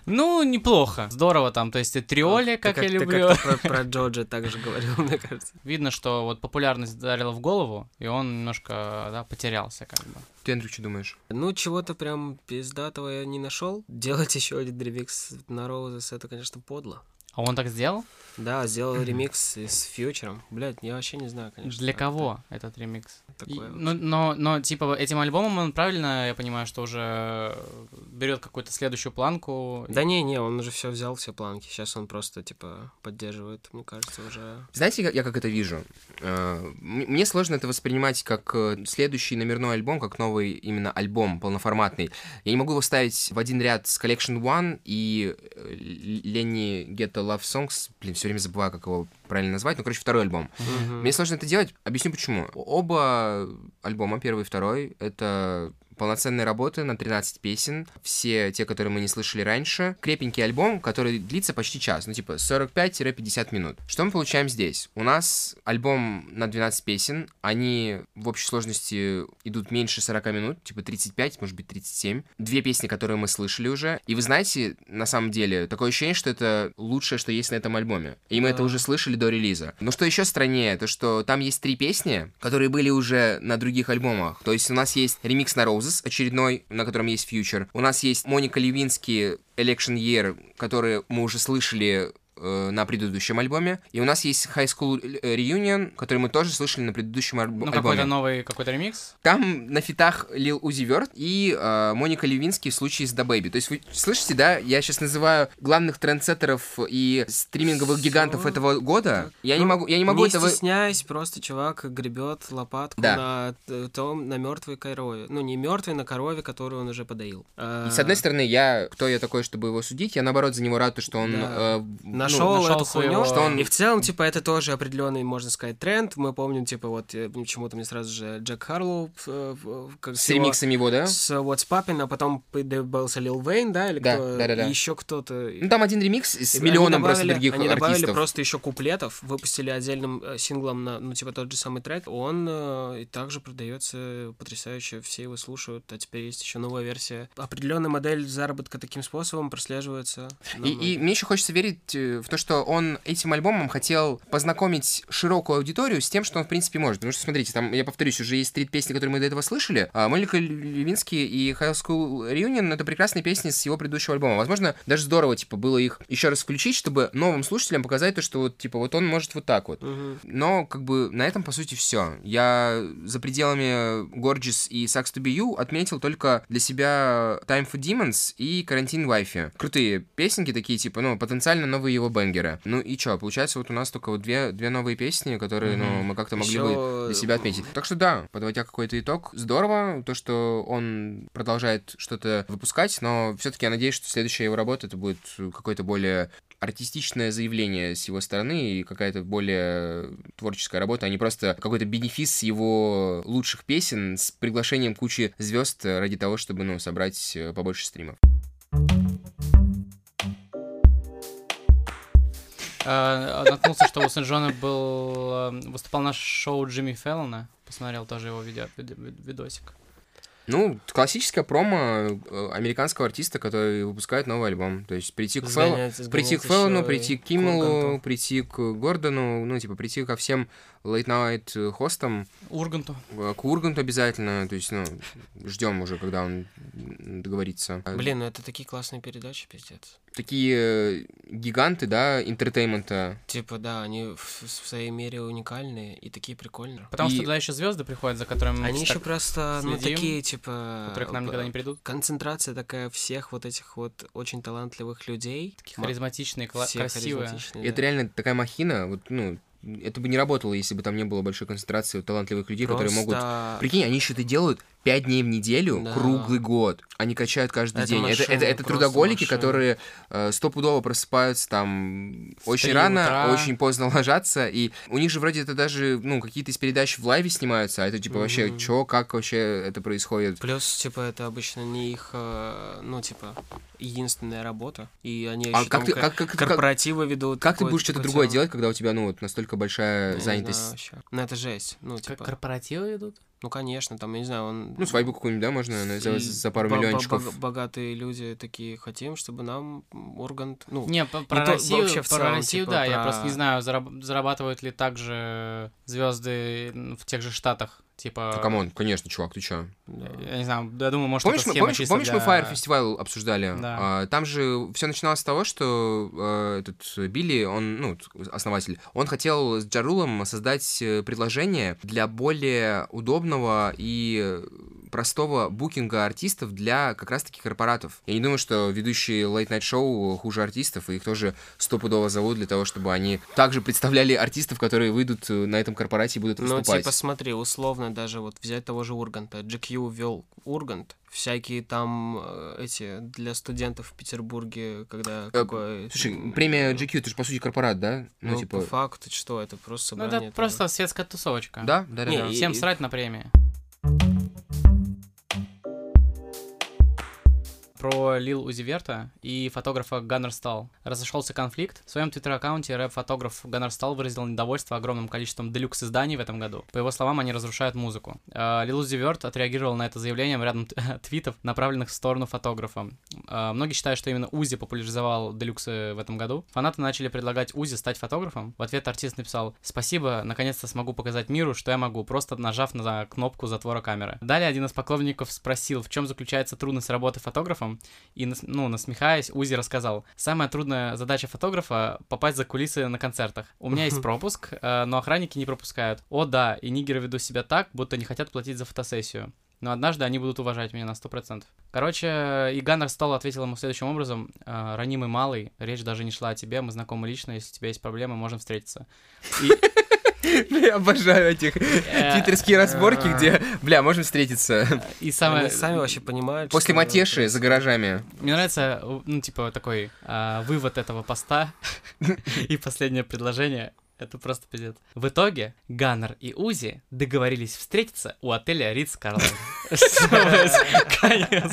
[SPEAKER 3] Ну, неплохо. Здорово там, то есть и триоли,
[SPEAKER 2] Ну, Ты
[SPEAKER 3] как я
[SPEAKER 2] ты
[SPEAKER 3] люблю.
[SPEAKER 2] как-то Про, про Джорджа также говорил, мне кажется.
[SPEAKER 3] Видно, что вот популярность ударила в голову, и он немножко, да, потерялся как бы.
[SPEAKER 1] Ты, Андрюх, что думаешь?
[SPEAKER 2] Ну, чего-то прям пиздатого я не нашел. Делать еще один ремикс на Роузес, это, конечно, подло.
[SPEAKER 3] А он так сделал?
[SPEAKER 2] Да, сделал ремикс с фьючером. Блядь, я вообще не знаю, конечно.
[SPEAKER 3] Для
[SPEAKER 2] как
[SPEAKER 3] кого этот ремикс?
[SPEAKER 2] это
[SPEAKER 3] И-
[SPEAKER 2] такое вот.
[SPEAKER 3] ну, но, но, типа, этим альбомом он правильно, я понимаю, что уже берет какую-то следующую планку.
[SPEAKER 2] Да не, не, он уже все взял, все планки. Сейчас он просто, типа, поддерживает, мне кажется, уже.
[SPEAKER 1] Знаете, я- я как это вижу? Э, м- Мне сложно это воспринимать как э, следующий номерной альбом, как новый именно альбом полноформатный. Я не могу его ставить в один ряд с Collection One и э, Ленни Гетто Love Songs. Блин, все время забываю, как его правильно назвать. Ну, короче, второй альбом.
[SPEAKER 2] Мгм.
[SPEAKER 1] Мне сложно это делать. Объясню почему. Оба альбома, первый и второй, это полноценные работы на 13 песен. Все те, которые мы не слышали раньше. Крепенький альбом, который длится почти час. Ну, типа 45-50 минут. Что мы получаем здесь? У нас альбом на 12 песен. Они в общей сложности идут меньше 40 минут. Типа 35, может быть, 37. Две песни, которые мы слышали уже. И вы знаете, на самом деле, такое ощущение, что это лучшее, что есть на этом альбоме. И мы это
[SPEAKER 2] Да.
[SPEAKER 1] уже слышали до релиза. Но что еще страннее, то что там есть три песни, которые были уже на других альбомах. То есть у нас есть ремикс на Roses, очередной, на котором есть фьючер. У нас есть Моника Левински Election Year, который мы уже слышали э, на предыдущем альбоме. И у нас есть High School Reunion, который мы тоже слышали на предыдущем альб-
[SPEAKER 3] Ну,
[SPEAKER 1] альбоме.
[SPEAKER 3] какой-то новый, какой-то ремикс.
[SPEAKER 1] Там на фитах Лил Узи Верт и э, Моника Левинский в случае с Да Бэйби. То есть вы слышите, да, я сейчас называю главных трендсеттеров и стриминговых
[SPEAKER 2] Всё.
[SPEAKER 1] гигантов этого года. Я не
[SPEAKER 2] Ну,
[SPEAKER 1] могу, я не могу
[SPEAKER 2] не
[SPEAKER 1] этого...
[SPEAKER 2] стесняясь, просто чувак гребет лопатку
[SPEAKER 1] Да.
[SPEAKER 2] на т- том, на мертвой корове. Ну, не мертвой, на корове, которую он уже подоил. А,
[SPEAKER 1] И с одной стороны, я кто я такой, чтобы его судить, я наоборот за него рад, то, что он
[SPEAKER 2] Да.
[SPEAKER 1] э, ну,
[SPEAKER 2] Нашел,
[SPEAKER 3] нашёл
[SPEAKER 2] эту
[SPEAKER 3] своего-
[SPEAKER 2] хуйню,
[SPEAKER 1] Что он-
[SPEAKER 2] И в целом, типа, это тоже определенный, можно сказать, тренд. Мы помним, типа, вот э, почему-то мне сразу же Джек Харлоу э, в- в- как
[SPEAKER 1] с
[SPEAKER 2] его-
[SPEAKER 1] ремиксами его, да?
[SPEAKER 2] с What's Poppin', а потом добавился Лил Вейн, да, или
[SPEAKER 1] Да,
[SPEAKER 2] кто,
[SPEAKER 1] да-да-да.
[SPEAKER 2] еще кто-то.
[SPEAKER 1] Ну там один ремикс с
[SPEAKER 2] И
[SPEAKER 1] миллионом
[SPEAKER 2] они
[SPEAKER 1] просто
[SPEAKER 2] добавили-
[SPEAKER 1] других
[SPEAKER 2] Они добавили
[SPEAKER 1] артистов.
[SPEAKER 2] просто еще куплетов, выпустили отдельным э, синглом на, ну, типа, тот же самый трек. Он э, и также продается потрясающе, все его слушают, а теперь есть еще новая версия. Определенная модель заработка таким способом прослеживается.
[SPEAKER 1] И,
[SPEAKER 2] ну.
[SPEAKER 1] и мне еще хочется верить э, в то, что он этим альбомом хотел познакомить широкую аудиторию с тем, что он в принципе может. Потому что смотрите, там, я повторюсь, уже есть три песни, которые мы до этого слышали. А Моника Левинский и High School Reunion это прекрасные песни с его предыдущего альбома. Возможно, даже здорово, типа, было их еще раз включить, чтобы новым слушателям показать то, что вот, типа, вот он может вот так вот.
[SPEAKER 2] Мгм.
[SPEAKER 1] Но, как бы, на этом, по сути, все. Я за пределами Gorgeous и Sucks to be You отметил только для себя Time for Demons и Карантин Вайфи. Крутые песенки такие, типа, ну, потенциально новые его бенгеры. Ну и чё, получается, вот у нас только вот две, две новые песни, которые, ну, мы как-то могли бы
[SPEAKER 2] Ещё,
[SPEAKER 1] для себя отметить. Так что да, подводя какой-то итог, здорово, то, что он продолжает что-то выпускать, но все таки я надеюсь, что следующая его работа это будет какое-то более артистичное заявление с его стороны и какая-то более творческая работа, а не просто какой-то бенефис его лучших песен с приглашением кучи звезд ради того, чтобы, ну, собрать э, побольше стримов.
[SPEAKER 3] Э, Наткнулся, что у Сен Джона был... э, Выступал на шоу Джимми Феллона. Посмотрел тоже его видео, вид- вид- видосик.
[SPEAKER 1] Ну, классическая промо э, американского артиста, который выпускает новый альбом. То есть прийти к Фэллу-
[SPEAKER 2] сгонять- сгонять
[SPEAKER 1] Прийти к
[SPEAKER 2] ещё
[SPEAKER 1] Фэллону, прийти к Киммелу,
[SPEAKER 2] Урганту.
[SPEAKER 1] прийти к Гордону, ну, типа, прийти ко всем late-night хостам,
[SPEAKER 3] Урганту.
[SPEAKER 1] э, к Урганту обязательно, то есть, ну, ждем уже, когда он м, договорится. А
[SPEAKER 2] Блин, ну это такие классные передачи, пиздец.
[SPEAKER 1] Такие э, гиганты, да, интертеймента.
[SPEAKER 2] Типа, да, они в, в своей мере уникальные и такие прикольные.
[SPEAKER 3] Потому
[SPEAKER 1] И-
[SPEAKER 3] что туда еще звезды приходят, за которыми мы
[SPEAKER 2] Они
[SPEAKER 3] все
[SPEAKER 2] еще
[SPEAKER 3] так,
[SPEAKER 2] просто, ну,
[SPEAKER 3] следим,
[SPEAKER 2] такие, типа...
[SPEAKER 3] которые к нам
[SPEAKER 2] б-
[SPEAKER 3] никогда не придут.
[SPEAKER 2] Концентрация такая всех вот этих вот очень талантливых людей. Таких
[SPEAKER 3] Харизматичные, кла- красивые.
[SPEAKER 1] И Это реально такая махина, вот, ну, это бы не работало, если бы там не было большой концентрации талантливых людей, которые могут... А, Прикинь, они еще это делают пять дней в неделю,
[SPEAKER 2] Да.
[SPEAKER 1] круглый год. Они качают каждый
[SPEAKER 2] Это
[SPEAKER 1] день. это,
[SPEAKER 2] машины,
[SPEAKER 1] это, это
[SPEAKER 2] просто
[SPEAKER 1] трудоголики,
[SPEAKER 2] машины.
[SPEAKER 1] которые э, стопудово просыпаются там
[SPEAKER 3] В
[SPEAKER 1] очень
[SPEAKER 3] три
[SPEAKER 1] рано,
[SPEAKER 3] утра.
[SPEAKER 1] очень поздно ложатся. И у них же вроде это даже, ну, какие-то из передач в лайве снимаются, а это типа вообще,
[SPEAKER 2] Мгм.
[SPEAKER 1] чё, как вообще это происходит? А
[SPEAKER 2] Плюс, типа, это обычно не их, э, ну, типа, единственная работа. И они
[SPEAKER 1] А
[SPEAKER 2] ещё
[SPEAKER 1] как
[SPEAKER 2] там
[SPEAKER 1] ты,
[SPEAKER 2] ко-
[SPEAKER 1] как, как, как-
[SPEAKER 2] корпоративы ведут.
[SPEAKER 1] как ты
[SPEAKER 2] какое-то
[SPEAKER 1] будешь что-то
[SPEAKER 2] такое
[SPEAKER 1] другое
[SPEAKER 2] тело.
[SPEAKER 1] делать, когда у тебя, ну, вот настолько большая
[SPEAKER 2] Я не знаю
[SPEAKER 1] занятость?
[SPEAKER 2] вообще. Ну, это жесть. Ну,
[SPEAKER 3] Как
[SPEAKER 2] типа,
[SPEAKER 3] корпоративы идут?
[SPEAKER 2] ну, конечно, там, я не знаю, он...
[SPEAKER 1] Ну, свадьбу какую-нибудь, да, можно на- за,
[SPEAKER 2] И
[SPEAKER 1] за пару
[SPEAKER 2] бо- бо-
[SPEAKER 1] миллиончиков.
[SPEAKER 2] бо- богатые люди такие хотим, чтобы нам м, Ургант, ну,
[SPEAKER 3] Не, п- про
[SPEAKER 2] то-
[SPEAKER 3] Россию,
[SPEAKER 2] вообще в
[SPEAKER 3] про
[SPEAKER 2] целом,
[SPEAKER 3] Россию,
[SPEAKER 2] типа,
[SPEAKER 3] да, я
[SPEAKER 2] про-
[SPEAKER 3] просто не знаю, зараб- зарабатывают ли также звезды в тех же штатах
[SPEAKER 1] Ну,
[SPEAKER 2] а
[SPEAKER 3] Типа,
[SPEAKER 1] камон, конечно, чувак, ты чё?
[SPEAKER 3] я не знаю, я думаю, может,
[SPEAKER 1] Помнишь,
[SPEAKER 3] это
[SPEAKER 1] мы,
[SPEAKER 3] схема
[SPEAKER 1] помнишь,
[SPEAKER 3] чисто
[SPEAKER 1] помнишь, мы
[SPEAKER 3] для-
[SPEAKER 1] Fire Festival обсуждали?
[SPEAKER 3] Да.
[SPEAKER 1] А, там же все начиналось с того, что э, этот Билли, он, ну, т- основатель, он хотел с Джарулом создать э, предложение для более удобного и простого букинга артистов для как раз-таки корпоратов. Я не думаю, что ведущие лейт-найт-шоу хуже артистов, и их тоже стопудово зовут для того, чтобы они также представляли артистов, которые выйдут э, на этом корпорате и будут
[SPEAKER 2] Ну,
[SPEAKER 1] выступать.
[SPEAKER 2] типа, смотри, условно даже вот взять того же Урганта. GQ ввел Ургант, всякие там э, эти для студентов в Петербурге, когда... какой-
[SPEAKER 1] Э, Слушай, премия GQ, ты же, по сути, корпорат, да? типа,
[SPEAKER 2] Ну, по факту, что это, просто
[SPEAKER 3] Ну,
[SPEAKER 2] собрание...
[SPEAKER 3] это просто светская тусовочка.
[SPEAKER 1] Да, да, да.
[SPEAKER 2] Не,
[SPEAKER 1] да.
[SPEAKER 2] и-
[SPEAKER 3] Всем срать на премии. Про Лил Узиверта и фотографа Ганнер Стал. Разошелся конфликт. В своем твиттер-аккаунте рэп-фотограф Ганнер Стал выразил недовольство огромным количеством делюкс изданий в этом году. По его словам, они разрушают музыку. Э, Лил Узиверт отреагировал на это заявлением рядом т- твитов, направленных в сторону фотографа. Э, Многие считают, что именно Узи популяризовал делюксы в этом году. Фанаты начали предлагать Узи стать фотографом. В ответ артист написал «Спасибо, наконец-то смогу показать миру, что я могу», просто нажав на кнопку затвора камеры. Далее один из поклонников спросил, в чем заключается трудность работы фотографом, и, нас- ну, насмехаясь, Узи рассказал «Самая трудная задача фотографа — попасть за кулисы на концертах. У меня есть пропуск, э, но охранники не пропускают. О да, и нигеры ведут себя так, будто не хотят платить за фотосессию». Но однажды они будут уважать меня на 100%. Короче, и Ганнер стал ответил ему следующим образом. «Э, «Ранимый малый, речь даже не шла о тебе, мы знакомы лично, если у тебя есть проблемы, можем встретиться». И,
[SPEAKER 1] Я обожаю этих
[SPEAKER 2] А.
[SPEAKER 3] э,
[SPEAKER 1] твиттерские разборки, где, бля, можем встретиться.
[SPEAKER 3] и
[SPEAKER 2] Они
[SPEAKER 3] самое...
[SPEAKER 2] сами вообще понимают,
[SPEAKER 1] После
[SPEAKER 2] что-
[SPEAKER 1] матеши за гаражами.
[SPEAKER 3] Мне нравится, ну, типа, такой а, вывод этого поста и последнее предложение. Это просто пиздец. В итоге Ганнер и Узи договорились встретиться у отеля Ридс Карлсон. Конец.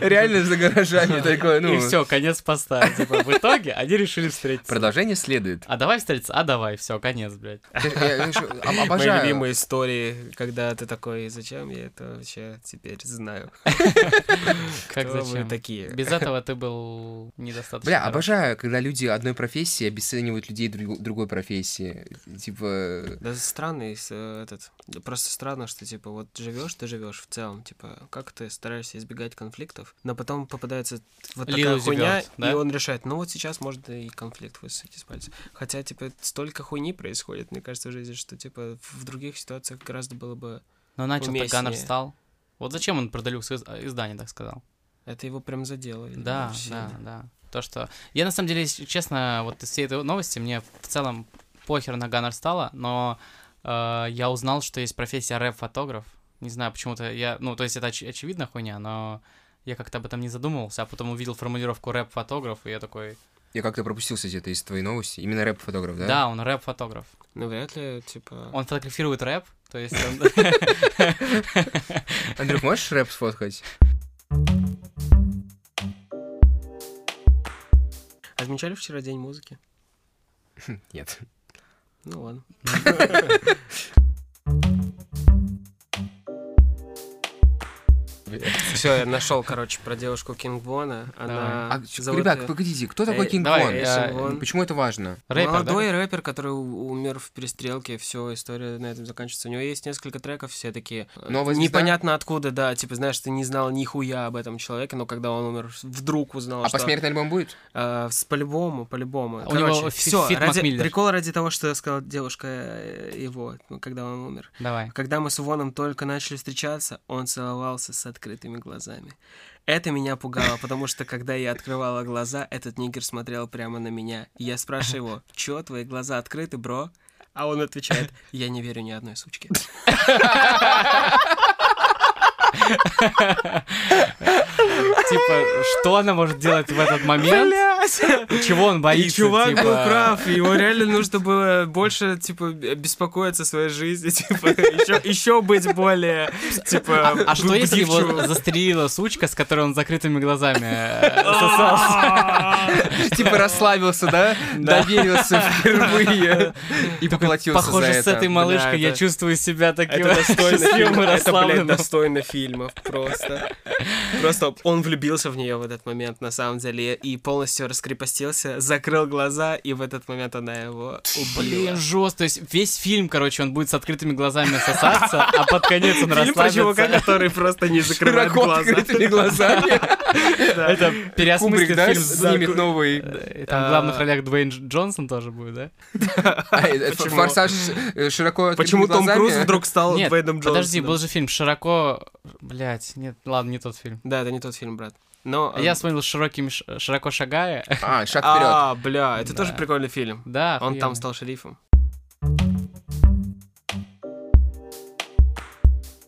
[SPEAKER 1] Реально за гаражами такое, ну...
[SPEAKER 3] И все, конец поста. Типа, в итоге они решили встретиться.
[SPEAKER 1] Продолжение следует.
[SPEAKER 3] А давай встретиться? А давай, все, конец, блядь.
[SPEAKER 1] Я- я- я ж об-
[SPEAKER 2] Мои
[SPEAKER 1] Обожаю.
[SPEAKER 2] любимые истории, когда ты такой, зачем я это вообще теперь знаю?
[SPEAKER 3] Как
[SPEAKER 2] Кто вы
[SPEAKER 3] зачем?
[SPEAKER 2] такие?
[SPEAKER 3] Без этого ты был недостаточно.
[SPEAKER 1] Бля, а
[SPEAKER 3] хорош.
[SPEAKER 1] обожаю, когда люди одной профессии обесценивают людей друг- другой профессии. Типа...
[SPEAKER 2] Да странный с- э, этот. да Просто странно, что типа вот живешь, ты живешь в целом, типа как ты стараешься избегать конфликтов, но потом попадается вот такая
[SPEAKER 3] Лил
[SPEAKER 2] хуйня,
[SPEAKER 3] Зиберт, да?
[SPEAKER 2] и он решает, ну вот сейчас можно и конфликт высадить из пальца. Хотя типа столько хуйни происходит, мне кажется, в жизни, что типа в других ситуациях гораздо было бы.
[SPEAKER 3] Но начал-то
[SPEAKER 2] уместнее.
[SPEAKER 3] Ганнер встал. Вот зачем он про Делюкс из- э, издание так сказал?
[SPEAKER 2] Это его прям задело. видимо,
[SPEAKER 3] Да,
[SPEAKER 2] очень
[SPEAKER 3] да,
[SPEAKER 2] сильно.
[SPEAKER 3] да. То, что... Я, на самом деле, если честно, вот из всей этой новости мне в целом похер на Ганнер стало, но э, я узнал, что есть профессия рэп-фотограф. Не знаю, почему-то я... Ну, то есть это оч- очевидная хуйня, но я как-то об этом не задумывался, а потом увидел формулировку рэп-фотограф, и я такой...
[SPEAKER 1] Я как-то пропустился где-то из твоей новости. Именно рэп-фотограф,
[SPEAKER 3] Да,
[SPEAKER 1] да?
[SPEAKER 3] он рэп-фотограф.
[SPEAKER 2] Ну вряд ли, типа.
[SPEAKER 3] Он фотографирует рэп, то есть он...
[SPEAKER 1] Андрюх, можешь рэп сфоткать?
[SPEAKER 2] Отмечали А вчера день музыки?
[SPEAKER 1] Нет.
[SPEAKER 2] Ну ладно. Все, я нашел, короче, про девушку Кингбона. Она
[SPEAKER 1] А, ч-
[SPEAKER 2] зовут
[SPEAKER 1] ребят,
[SPEAKER 2] её-
[SPEAKER 1] погодите, кто такой
[SPEAKER 2] Э,
[SPEAKER 1] Кинг
[SPEAKER 3] давай,
[SPEAKER 1] Вон?
[SPEAKER 3] э,
[SPEAKER 2] Эйсен Вон.
[SPEAKER 1] Почему это важно?
[SPEAKER 3] Рэпер, да?
[SPEAKER 2] Молодой рэпер, который у- умер в перестрелке, все, история на этом заканчивается. У него есть несколько треков, все такие э,
[SPEAKER 1] Новая звезда?
[SPEAKER 2] непонятно откуда, да, типа, знаешь, ты не знал нихуя об этом человеке, но когда он умер, вдруг узнал,
[SPEAKER 1] А
[SPEAKER 2] что...
[SPEAKER 1] посмертный альбом будет?
[SPEAKER 2] Э, с по-любому, по-любому.
[SPEAKER 3] А у него
[SPEAKER 2] Короче,
[SPEAKER 3] фи-
[SPEAKER 2] все,
[SPEAKER 3] фит Макмиллер.
[SPEAKER 2] прикол ради того, что сказала девушка э, его, ну, когда он умер.
[SPEAKER 3] Давай.
[SPEAKER 2] Когда мы с Воном только начали встречаться, он целовался с открытыми глазами. Это меня пугало, потому что, когда я открывала глаза, этот нигер смотрел прямо на меня. Я спрашиваю его, чё, твои глаза открыты, бро? А он отвечает, я не верю ни одной сучке.
[SPEAKER 3] Типа, что она может делать в этот момент? Чего он боится?
[SPEAKER 2] И чувак
[SPEAKER 3] типа?
[SPEAKER 2] был прав, его реально нужно было больше, типа, беспокоиться о своей жизни, типа, еще, быть более, типа,
[SPEAKER 3] А что если его
[SPEAKER 2] бдивчивым.
[SPEAKER 3] застрелила сучка, с которой он с закрытыми глазами э,
[SPEAKER 2] А,
[SPEAKER 3] сосался?
[SPEAKER 1] Типа расслабился, да? Доверился впервые. И поплатился за
[SPEAKER 3] Похоже, с
[SPEAKER 1] это.
[SPEAKER 3] этой малышкой я
[SPEAKER 2] это-
[SPEAKER 3] чувствую себя таким
[SPEAKER 2] Это достойно
[SPEAKER 3] счастливым
[SPEAKER 2] фильма,
[SPEAKER 3] и
[SPEAKER 2] это, блядь,
[SPEAKER 3] расслабленным.
[SPEAKER 2] достойно фильмов просто. Просто он влюбился в нее в этот момент, на самом деле, и полностью раскрепостился, закрыл глаза, и в этот момент она его
[SPEAKER 3] Блин,
[SPEAKER 2] убила.
[SPEAKER 3] жестко. То есть весь фильм, короче, он будет с открытыми глазами сосаться, а под конец он
[SPEAKER 2] Фильм про чувака,
[SPEAKER 3] расслабится.
[SPEAKER 2] который просто не закрывает
[SPEAKER 1] Широко
[SPEAKER 2] глаза. А
[SPEAKER 1] открытыми глазами.
[SPEAKER 2] Да.
[SPEAKER 3] Это
[SPEAKER 1] Кубрик,
[SPEAKER 3] переосмыслит
[SPEAKER 1] да,
[SPEAKER 3] фильм. за-
[SPEAKER 1] снимет новый...
[SPEAKER 3] Э, Там в главных
[SPEAKER 2] А.
[SPEAKER 3] ролях Дуэйн Дж- Джонсон тоже будет, да?
[SPEAKER 1] А, э,
[SPEAKER 2] Почему?
[SPEAKER 1] Форсаж э, широко открытыми
[SPEAKER 2] Почему Том Круз
[SPEAKER 1] глазами.
[SPEAKER 2] вдруг стал
[SPEAKER 3] Нет,
[SPEAKER 2] Дуэйном
[SPEAKER 3] Подожди,
[SPEAKER 2] Джонсоном?
[SPEAKER 3] был же фильм «Широко...» Блять, нет, ладно, не тот фильм.
[SPEAKER 2] Да, это не тот фильм, брат. Но...
[SPEAKER 3] А Я смотрел «Широкими... ш- «Широко шагая».
[SPEAKER 1] А, шаг вперед.
[SPEAKER 2] А, бля, это
[SPEAKER 3] Да.
[SPEAKER 2] тоже прикольный фильм.
[SPEAKER 3] Да,
[SPEAKER 2] Он
[SPEAKER 3] охуенно.
[SPEAKER 2] там стал шерифом.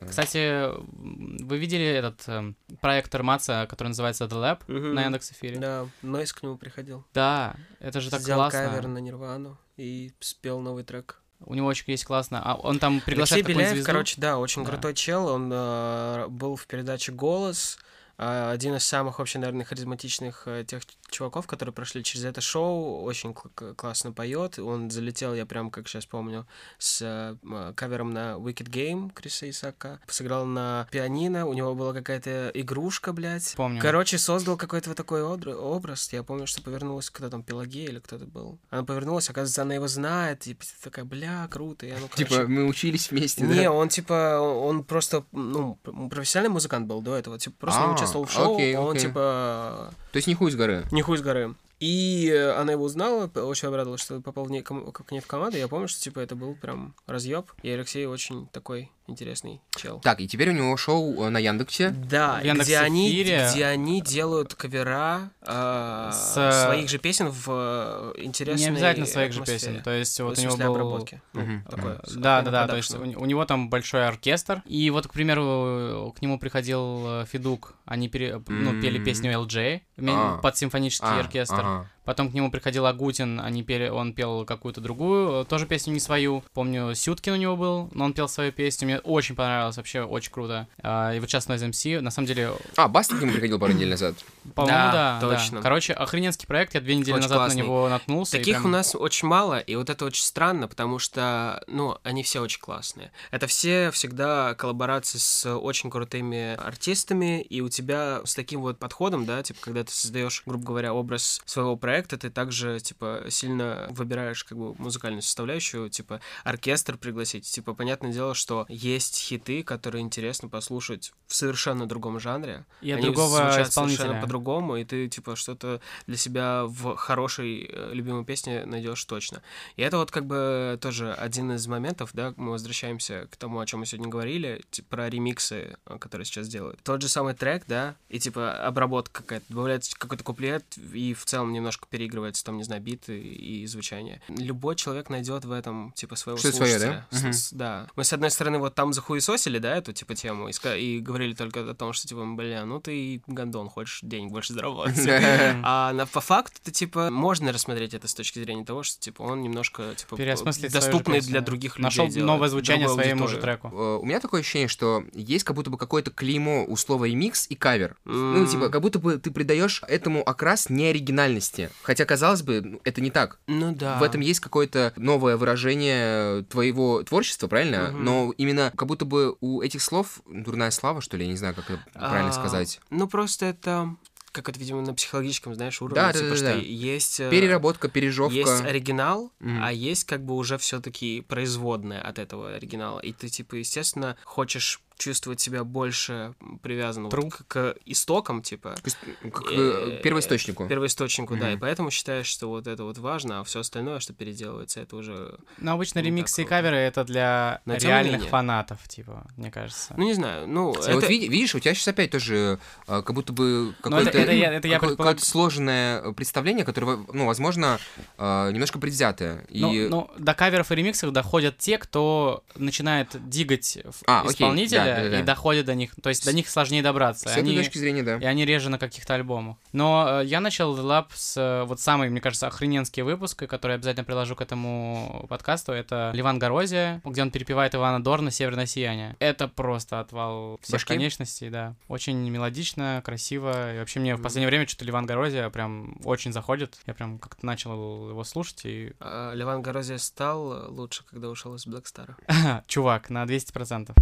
[SPEAKER 3] Кстати, м, вы видели этот эм, проект Эрмаца, который называется The Lab на Яндекс эфире? Да.
[SPEAKER 2] Да, Нойс к нему приходил.
[SPEAKER 3] это же так
[SPEAKER 2] Взял
[SPEAKER 3] классно.
[SPEAKER 2] кавер на Нирвану и спел новый трек.
[SPEAKER 3] У него очень есть классно. А он там
[SPEAKER 2] Алексей
[SPEAKER 3] приглашает такую
[SPEAKER 2] Беляев,
[SPEAKER 3] звезду.
[SPEAKER 2] короче, да, очень
[SPEAKER 3] Да.
[SPEAKER 2] крутой чел. Он э, был в передаче «Голос». э, один из самых вообще, наверное, харизматичных э, тех чуваков, которые прошли через это шоу. Очень кл- к- классно поет. Он залетел, я прям, как сейчас помню, с э, м, кавером на Wicked Game Криса Исака. Сыграл на пианино. У него была какая-то игрушка, блядь.
[SPEAKER 3] Помню.
[SPEAKER 2] Короче, создал какой-то вот такой одр- образ. Я помню, что повернулась, кто там, Пелагея или кто-то был. Она повернулась, оказывается, она его знает. И такая, бля, круто. И оно, короче,
[SPEAKER 1] Типа, мы учились вместе,
[SPEAKER 2] не,
[SPEAKER 1] да?
[SPEAKER 2] он типа, он просто, ну, м, профессиональный музыкант был до этого, типа, просто
[SPEAKER 1] А,
[SPEAKER 2] не участвовал в шоу,
[SPEAKER 1] окей,
[SPEAKER 2] он
[SPEAKER 1] окей.
[SPEAKER 2] типа,
[SPEAKER 1] То есть не хуй с горы.
[SPEAKER 2] не хуй с горы. И э, она его узнала, п- очень обрадовалась, что попал в ней ком- к к ней в команду. Я помню, что типа это был прям разъеб. И Алексей очень такой интересный чел.
[SPEAKER 1] Так, и теперь у него шоу э, на Яндексе.
[SPEAKER 2] Да,
[SPEAKER 3] В
[SPEAKER 2] где они,
[SPEAKER 3] Яндекс.Эфире.
[SPEAKER 2] где они делают кавера э,
[SPEAKER 3] С, э,
[SPEAKER 2] своих же песен в э, интересной
[SPEAKER 3] Не обязательно своих же
[SPEAKER 2] атмосфере.
[SPEAKER 3] песен. То есть
[SPEAKER 2] В
[SPEAKER 3] вот у него
[SPEAKER 2] смысле
[SPEAKER 3] был...
[SPEAKER 2] обработки. Ну,
[SPEAKER 1] Мгм.
[SPEAKER 2] такое, с-
[SPEAKER 3] Да, да, да, то есть
[SPEAKER 2] продакшеном.
[SPEAKER 3] у, у него там большой оркестр. И вот, к примеру, к нему приходил э, Федук, они пере- ну, пели
[SPEAKER 1] М.
[SPEAKER 3] песню LJ ме-
[SPEAKER 1] А.
[SPEAKER 3] под симфонический
[SPEAKER 1] А,
[SPEAKER 3] оркестр.
[SPEAKER 1] ага.
[SPEAKER 3] Потом к нему приходил Агутин, они пели, он пел какую-то другую, э, тоже песню не свою. Помню, Сюткин у него был, но он пел свою песню, мне очень понравилось, вообще очень круто. А, И вот сейчас Noise MC, на самом деле,
[SPEAKER 1] А, Баста к нему приходил пару недель назад.
[SPEAKER 3] по-моему, да.
[SPEAKER 2] Да,
[SPEAKER 3] да.
[SPEAKER 2] точно.
[SPEAKER 3] Короче, охрененский проект, я две недели
[SPEAKER 2] Очень
[SPEAKER 3] назад
[SPEAKER 2] классный.
[SPEAKER 3] на него наткнулся. и
[SPEAKER 2] Таких
[SPEAKER 3] прям-
[SPEAKER 2] у нас очень мало, и вот это очень странно, потому что, ну, они все очень классные. Это все всегда коллаборации с очень крутыми артистами, и у тебя с таким вот подходом, да, типа, когда ты создаешь, грубо говоря, образ своего проекта, ты также, типа, сильно выбираешь, как бы, музыкальную составляющую, типа, оркестр пригласить. Типа, понятное дело, что есть хиты, которые интересно послушать в совершенно другом жанре.
[SPEAKER 3] И от
[SPEAKER 2] Они
[SPEAKER 3] другого
[SPEAKER 2] звучат
[SPEAKER 3] исполнителя.
[SPEAKER 2] совершенно по-другому, и ты, типа, что-то для себя в хорошей э, любимой песне найдешь точно. И это вот как бы тоже один из моментов, да, мы возвращаемся к тому, о чем мы сегодня говорили, ти- про ремиксы, э, которые сейчас делают. Тот же самый трек, да, и типа обработка какая-то, добавляется какой-то куплет, и в целом немножко переигрывается там, не знаю, биты и, и звучание. Любой человек найдет в этом, типа, своего
[SPEAKER 1] Что-то своё,
[SPEAKER 2] слушателя.
[SPEAKER 1] да?
[SPEAKER 2] С-
[SPEAKER 1] Мгм.
[SPEAKER 2] с- да. Мы, с одной стороны, вот там захуесосили, да, эту, типа, тему, и, ска- и говорили только о том, что, типа, бля, ну ты и гондон, хочешь денег больше заработать.
[SPEAKER 1] Э,
[SPEAKER 2] А на, по факту, это, типа, можно рассмотреть это с точки зрения того, что, типа, он немножко, типа,
[SPEAKER 3] Переосмыслить свою же
[SPEAKER 2] доступный
[SPEAKER 3] песню,
[SPEAKER 2] для
[SPEAKER 3] да.
[SPEAKER 2] других людей.
[SPEAKER 3] Нашел
[SPEAKER 2] делает,
[SPEAKER 3] новое звучание
[SPEAKER 2] другую
[SPEAKER 3] своему же
[SPEAKER 2] аудиторию.
[SPEAKER 1] Э,
[SPEAKER 3] треку.
[SPEAKER 1] У меня такое ощущение, что есть как будто бы какое-то клеймо у слова ремикс и кавер.
[SPEAKER 2] М.
[SPEAKER 1] Ну, типа, как будто бы ты придаешь этому окрас неоригинальности. Хотя, казалось бы, ну, это не так.
[SPEAKER 2] Ну да.
[SPEAKER 1] В этом есть какое-то новое выражение твоего творчества, правильно?
[SPEAKER 2] Мгм.
[SPEAKER 1] Но именно как будто бы у этих слов дурная слава, что ли, я не знаю, как это правильно
[SPEAKER 2] А,
[SPEAKER 1] сказать.
[SPEAKER 2] Ну, просто это как это, видимо, на психологическом, знаешь, уровне,
[SPEAKER 1] Да, да,
[SPEAKER 2] типа,
[SPEAKER 1] да,
[SPEAKER 2] что
[SPEAKER 1] да.
[SPEAKER 2] есть... э,
[SPEAKER 1] Переработка, пережевка.
[SPEAKER 2] Есть оригинал,
[SPEAKER 1] Мгм.
[SPEAKER 2] а есть как бы уже все-таки производное от этого оригинала. И ты, типа, естественно, хочешь чувствовать себя больше привязанным
[SPEAKER 3] True.
[SPEAKER 2] к, к истокам, типа,
[SPEAKER 1] То есть, Как э,
[SPEAKER 2] э,
[SPEAKER 1] первоисточнику.
[SPEAKER 2] первоисточнику, да. И
[SPEAKER 1] Мгм.
[SPEAKER 2] поэтому считаешь, что вот это вот важно, а все остальное, что переделывается, это уже.
[SPEAKER 3] Но обычно
[SPEAKER 2] Ну,
[SPEAKER 3] ремиксы и
[SPEAKER 2] так круто.
[SPEAKER 3] каверы это для
[SPEAKER 2] Но тем не
[SPEAKER 3] реальных
[SPEAKER 2] менее.
[SPEAKER 3] фанатов, типа, мне кажется.
[SPEAKER 2] Ну, не знаю, ну,
[SPEAKER 1] И вот
[SPEAKER 2] это-
[SPEAKER 1] види- видишь, у тебя сейчас опять тоже э, как будто бы
[SPEAKER 3] Но это-
[SPEAKER 1] какое-то
[SPEAKER 3] это я- это я
[SPEAKER 1] какое-
[SPEAKER 3] предполаг-
[SPEAKER 1] какое-то сложное представление, которое, ну, возможно, э, немножко предвзятое. И...
[SPEAKER 3] Ну, ну, до каверов и ремиксов доходят те, кто начинает дигать в-
[SPEAKER 1] А, окей,
[SPEAKER 3] исполнителя
[SPEAKER 1] да, да, да.
[SPEAKER 3] и доходит до них. То есть до них сложнее добраться.
[SPEAKER 1] С
[SPEAKER 3] и
[SPEAKER 1] этой
[SPEAKER 3] они-
[SPEAKER 1] точки зрения, да.
[SPEAKER 3] И они реже на каких-то альбомах. Но э, я начал The Lab с э, вот самый, мне кажется, охрененский выпуск, и который я обязательно приложу к этому подкасту. Это Ливан Горозия, где он перепевает Ивана Дорна «Северное сияние». Это просто отвал всех
[SPEAKER 1] Башки?
[SPEAKER 3] конечностей, да. Очень мелодично, красиво. И вообще мне в
[SPEAKER 2] Мгм.
[SPEAKER 3] последнее время что-то Ливан Горозия прям очень заходит. Я прям как-то начал его слушать, и...
[SPEAKER 2] а, Леван Горозия стал лучше, когда ушел из Блэкстара.
[SPEAKER 3] Чувак, на 200%.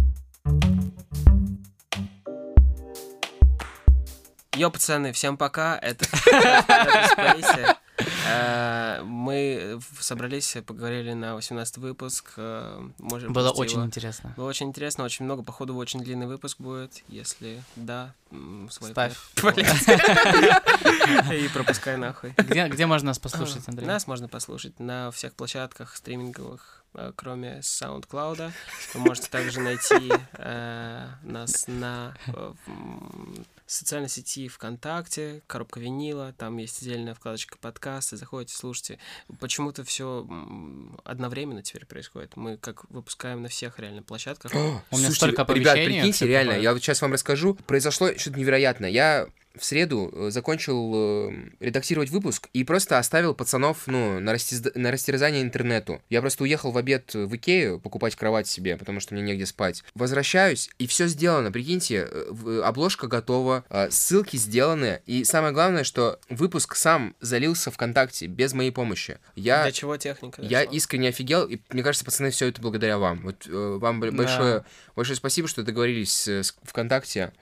[SPEAKER 2] Йо, пацаны, всем пока. Это это Space. Э, Мы в- собрались, поговорили на 18 выпуск. э, Можем
[SPEAKER 3] Было
[SPEAKER 2] пустить
[SPEAKER 3] очень
[SPEAKER 2] его.
[SPEAKER 3] интересно.
[SPEAKER 2] Было очень интересно, очень много. Походу, очень длинный выпуск будет. Если да, м, свой
[SPEAKER 3] Ставь.
[SPEAKER 2] кайф. И пропускай нахуй.
[SPEAKER 3] Где, где можно нас послушать, Андрей?
[SPEAKER 2] А, Нас можно послушать на всех площадках стриминговых, э, кроме SoundCloud. Вы можете также найти э, нас на э, м, социальной сети ВКонтакте, коробка винила, там есть отдельная вкладочка подкасты, заходите, слушайте. Почему-то все одновременно теперь происходит. Мы как выпускаем на всех реально площадках.
[SPEAKER 3] У меня
[SPEAKER 1] Слушайте,
[SPEAKER 3] столько
[SPEAKER 1] ребят,
[SPEAKER 3] оповещений,
[SPEAKER 1] прикиньте,
[SPEAKER 3] всё
[SPEAKER 1] реально,
[SPEAKER 3] такое.
[SPEAKER 1] я вот сейчас вам расскажу. Произошло что-то невероятное. Я в среду э, закончил э, редактировать выпуск и просто оставил пацанов, ну, на, расти- на растерзание интернету. Я просто уехал в обед э, в Икею покупать кровать себе, потому что мне негде спать. Возвращаюсь, и все сделано, прикиньте, э, в- э, обложка готова, э, ссылки сделаны, и самое главное, что выпуск сам залился ВКонтакте без моей помощи. Я...
[SPEAKER 2] Для чего техника?
[SPEAKER 1] Я
[SPEAKER 2] дошла?
[SPEAKER 1] искренне офигел, и мне кажется, пацаны, все это благодаря вам. Вот э, вам б-
[SPEAKER 3] Да.
[SPEAKER 1] большое, большое спасибо, что договорились э, с ВКонтакте,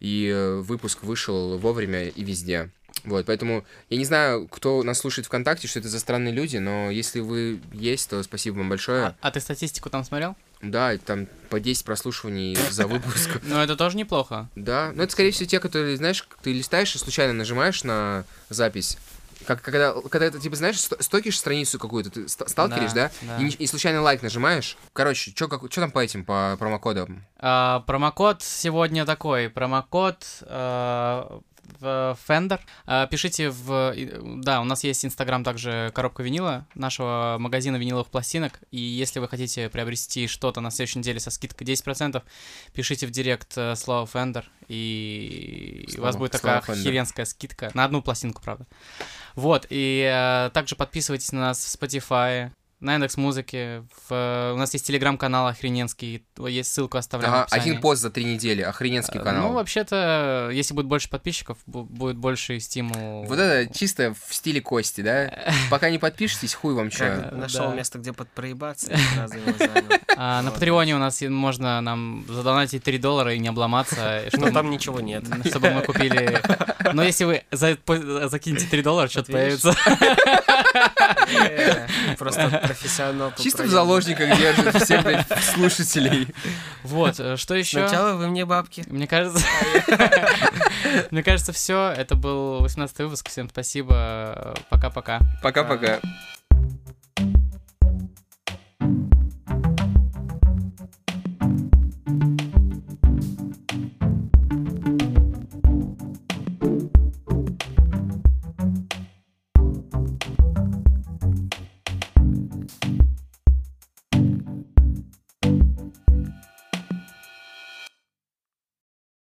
[SPEAKER 1] и э, выпуск вышел вовремя и везде. Вот, поэтому я не знаю, кто нас слушает ВКонтакте, что это за странные люди, но если вы есть, то спасибо вам большое.
[SPEAKER 3] А, а ты статистику там смотрел?
[SPEAKER 1] Да, и там по 10 прослушиваний за выпуск.
[SPEAKER 3] Ну, это тоже неплохо.
[SPEAKER 1] Да, но это, скорее всего, те, которые, знаешь, ты листаешь и случайно нажимаешь на запись. Как, когда, когда ты, типа, знаешь, ст- стокишь страницу какую-то, ты ст- сталкиваешь, да?
[SPEAKER 3] Да, да.
[SPEAKER 1] И, не- и случайно лайк нажимаешь. Короче, что как, чё там по этим, по промокодам?
[SPEAKER 3] А, промокод сегодня такой. Промокод а, в- Fender. А, пишите в... и- Да, у нас есть Инстаграм также коробка винила нашего магазина виниловых пластинок. И если вы хотите приобрести что-то на следующей неделе со скидкой 10%, пишите в директ э, слово Fender, и у
[SPEAKER 1] Слово-
[SPEAKER 3] вас будет такая
[SPEAKER 1] слово Fender.
[SPEAKER 3] херенская скидка. На одну пластинку, правда. Вот, и э, также подписывайтесь на нас в Spotify, на индекс музыки. В... У нас есть телеграм-канал охрененский. Есть ссылку оставляем.
[SPEAKER 1] Ага,
[SPEAKER 3] в описании.
[SPEAKER 1] один пост за три недели, охрененский
[SPEAKER 3] Э,
[SPEAKER 1] канал.
[SPEAKER 3] Ну, вообще-то, если будет больше подписчиков, бу- будет больше стимул.
[SPEAKER 1] Вот это чисто в стиле Кости, да? Пока не подпишетесь, хуй вам чё.
[SPEAKER 2] Как нашел
[SPEAKER 3] Да.
[SPEAKER 2] место, где под проебаться, и сразу его занял.
[SPEAKER 3] А, на
[SPEAKER 2] Вот.
[SPEAKER 3] Патреоне у нас и- можно нам задонатить 3 доллара и не обломаться, и
[SPEAKER 2] Но
[SPEAKER 3] чтобы,
[SPEAKER 2] Ну, там ничего нет.
[SPEAKER 3] чтобы мы купили... Но если вы за- по- закинете 3 доллара, что-то
[SPEAKER 2] Вот видишь?
[SPEAKER 3] появится.
[SPEAKER 2] Э, Просто профессионал. по
[SPEAKER 1] Чисто в
[SPEAKER 2] проебу.
[SPEAKER 1] заложниках держит всех блядь, слушателей.
[SPEAKER 3] Вот, э, что еще?
[SPEAKER 2] Сначала вы мне бабки.
[SPEAKER 3] Мне кажется... Мне кажется, все. Это был 18 выпуск. Всем спасибо. Пока-пока.
[SPEAKER 1] Пока-пока.